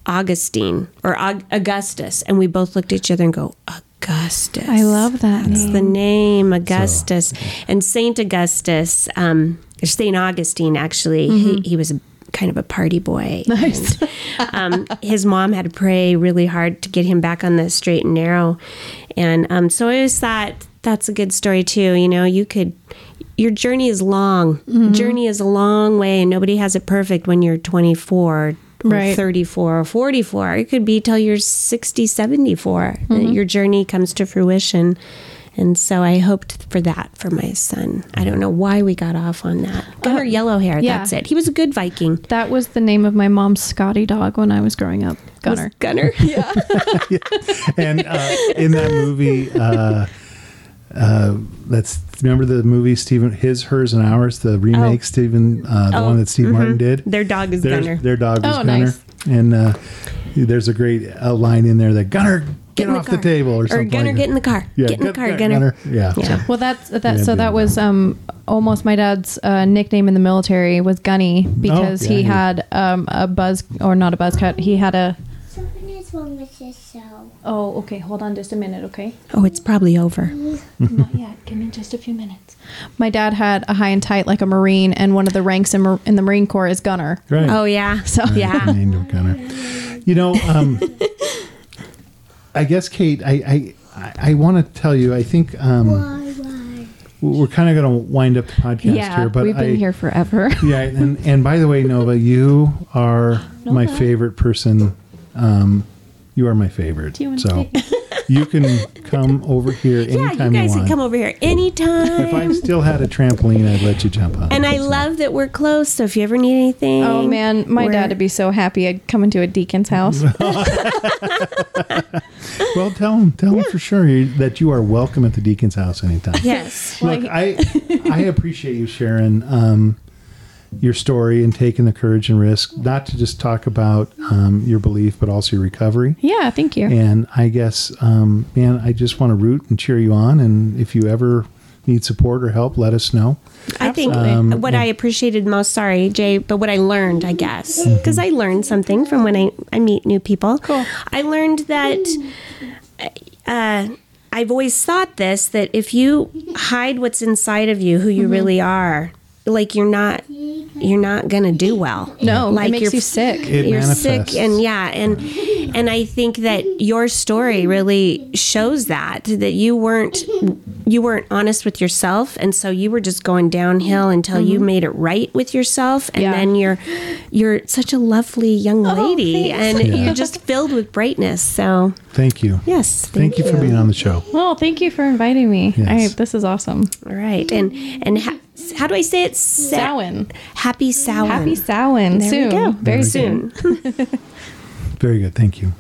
"Augustine or Aug- Augustus." And we both looked at each other and go, "Augustus." I love that That's name. the name Augustus and Saint Augustus, um, or Saint Augustine. Actually, Mm-hmm. he, he was a, kind of a party boy. Nice. um, his mom had to pray really hard to get him back on the straight and narrow, and um, so I always thought that's a good story too. You know, you could. Your journey is long. Mm-hmm. Journey is a long way, and nobody has it perfect when you're 24 or Right. 34 or 44. It could be till you're 60, 74 that Mm-hmm. your journey comes to fruition. And so I hoped for that for my son. I don't know why we got off on that. Gunner yellow hair, Uh, yeah. that's it. He was a good Viking. That was the name of my mom's Scotty dog when I was growing up. Gunner. Gunner. Yeah. and uh, in that movie, uh, uh, that's remember the movie Stephen his hers and ours the remake Stephen uh, the Oh, one that Steve Martin did. Their dog is Their- Gunner. Their dog was Oh, Gunner, nice. and uh, there's a great uh, line in there that Gunner get, in off the, table or, something. Gunner, like get that. in the car. Yeah, get in the Gun- car, Gun- Gunner. Yeah. Yeah. Well, that's that. So Yeah, that dude. was um almost my dad's uh, nickname in the military was Gunny because Oh, yeah, he yeah. had um a buzz or not a buzz cut. He had a Something is wrong with this cell. oh okay hold on just a minute okay Oh, it's probably over. Not yet. Give me just a few minutes. my dad had a high and tight like a marine and one of the ranks in, mar- in the marine corps is gunner Right. Oh, yeah. So, I yeah. named him Gunner. You know, um, I guess Kate, I I, I want to tell you, I think um, Why, why? we're kind of going to wind up the podcast here, but we've been I, here forever yeah, and, and by the way, Nova, you are my favorite person. Um, you are my favorite. you wanna so you can come over here Yeah, anytime you guys can want. come over here If I anytime. still had a trampoline, I'd let you jump on. And it, I so. love that we're close. So if you ever need anything, oh man my we're- dad would be so happy I'd come into a deacon's house Well, tell him, tell him for sure you, that you are welcome at the deacon's house anytime. Yes. Look, I I appreciate you sharing um, your story and taking the courage and risk not to just talk about um, your belief, but also your recovery. yeah thank you And I guess, um, man, I just want to root and cheer you on. And if you ever need support or help, let us know. I think Absolutely. Um, what I appreciated most, sorry, Jay, but what I learned, I guess, Mm-hmm. because I learned something from when I, I meet new people. Cool. I learned that uh, I've always thought this that if you hide what's inside of you, who you Mm-hmm. really are, like you're not, you're not gonna do well. no like it makes you're- you sick It you're manifests. sick and yeah and and i think that your story really shows that that you weren't you weren't honest with yourself and so you were just going downhill until you made it right with yourself and Mm-hmm. Yeah. Oh, then you're you're such a lovely young lady and Yeah. you're just filled with brightness so Thank you. yes Thank, you for being on the show. well thank you for inviting me Yes. I, this is awesome all right and and ha- how do i say it Sa- Samhain. happy Samhain. happy Samhain there soon we go very soon Very good. Thank you.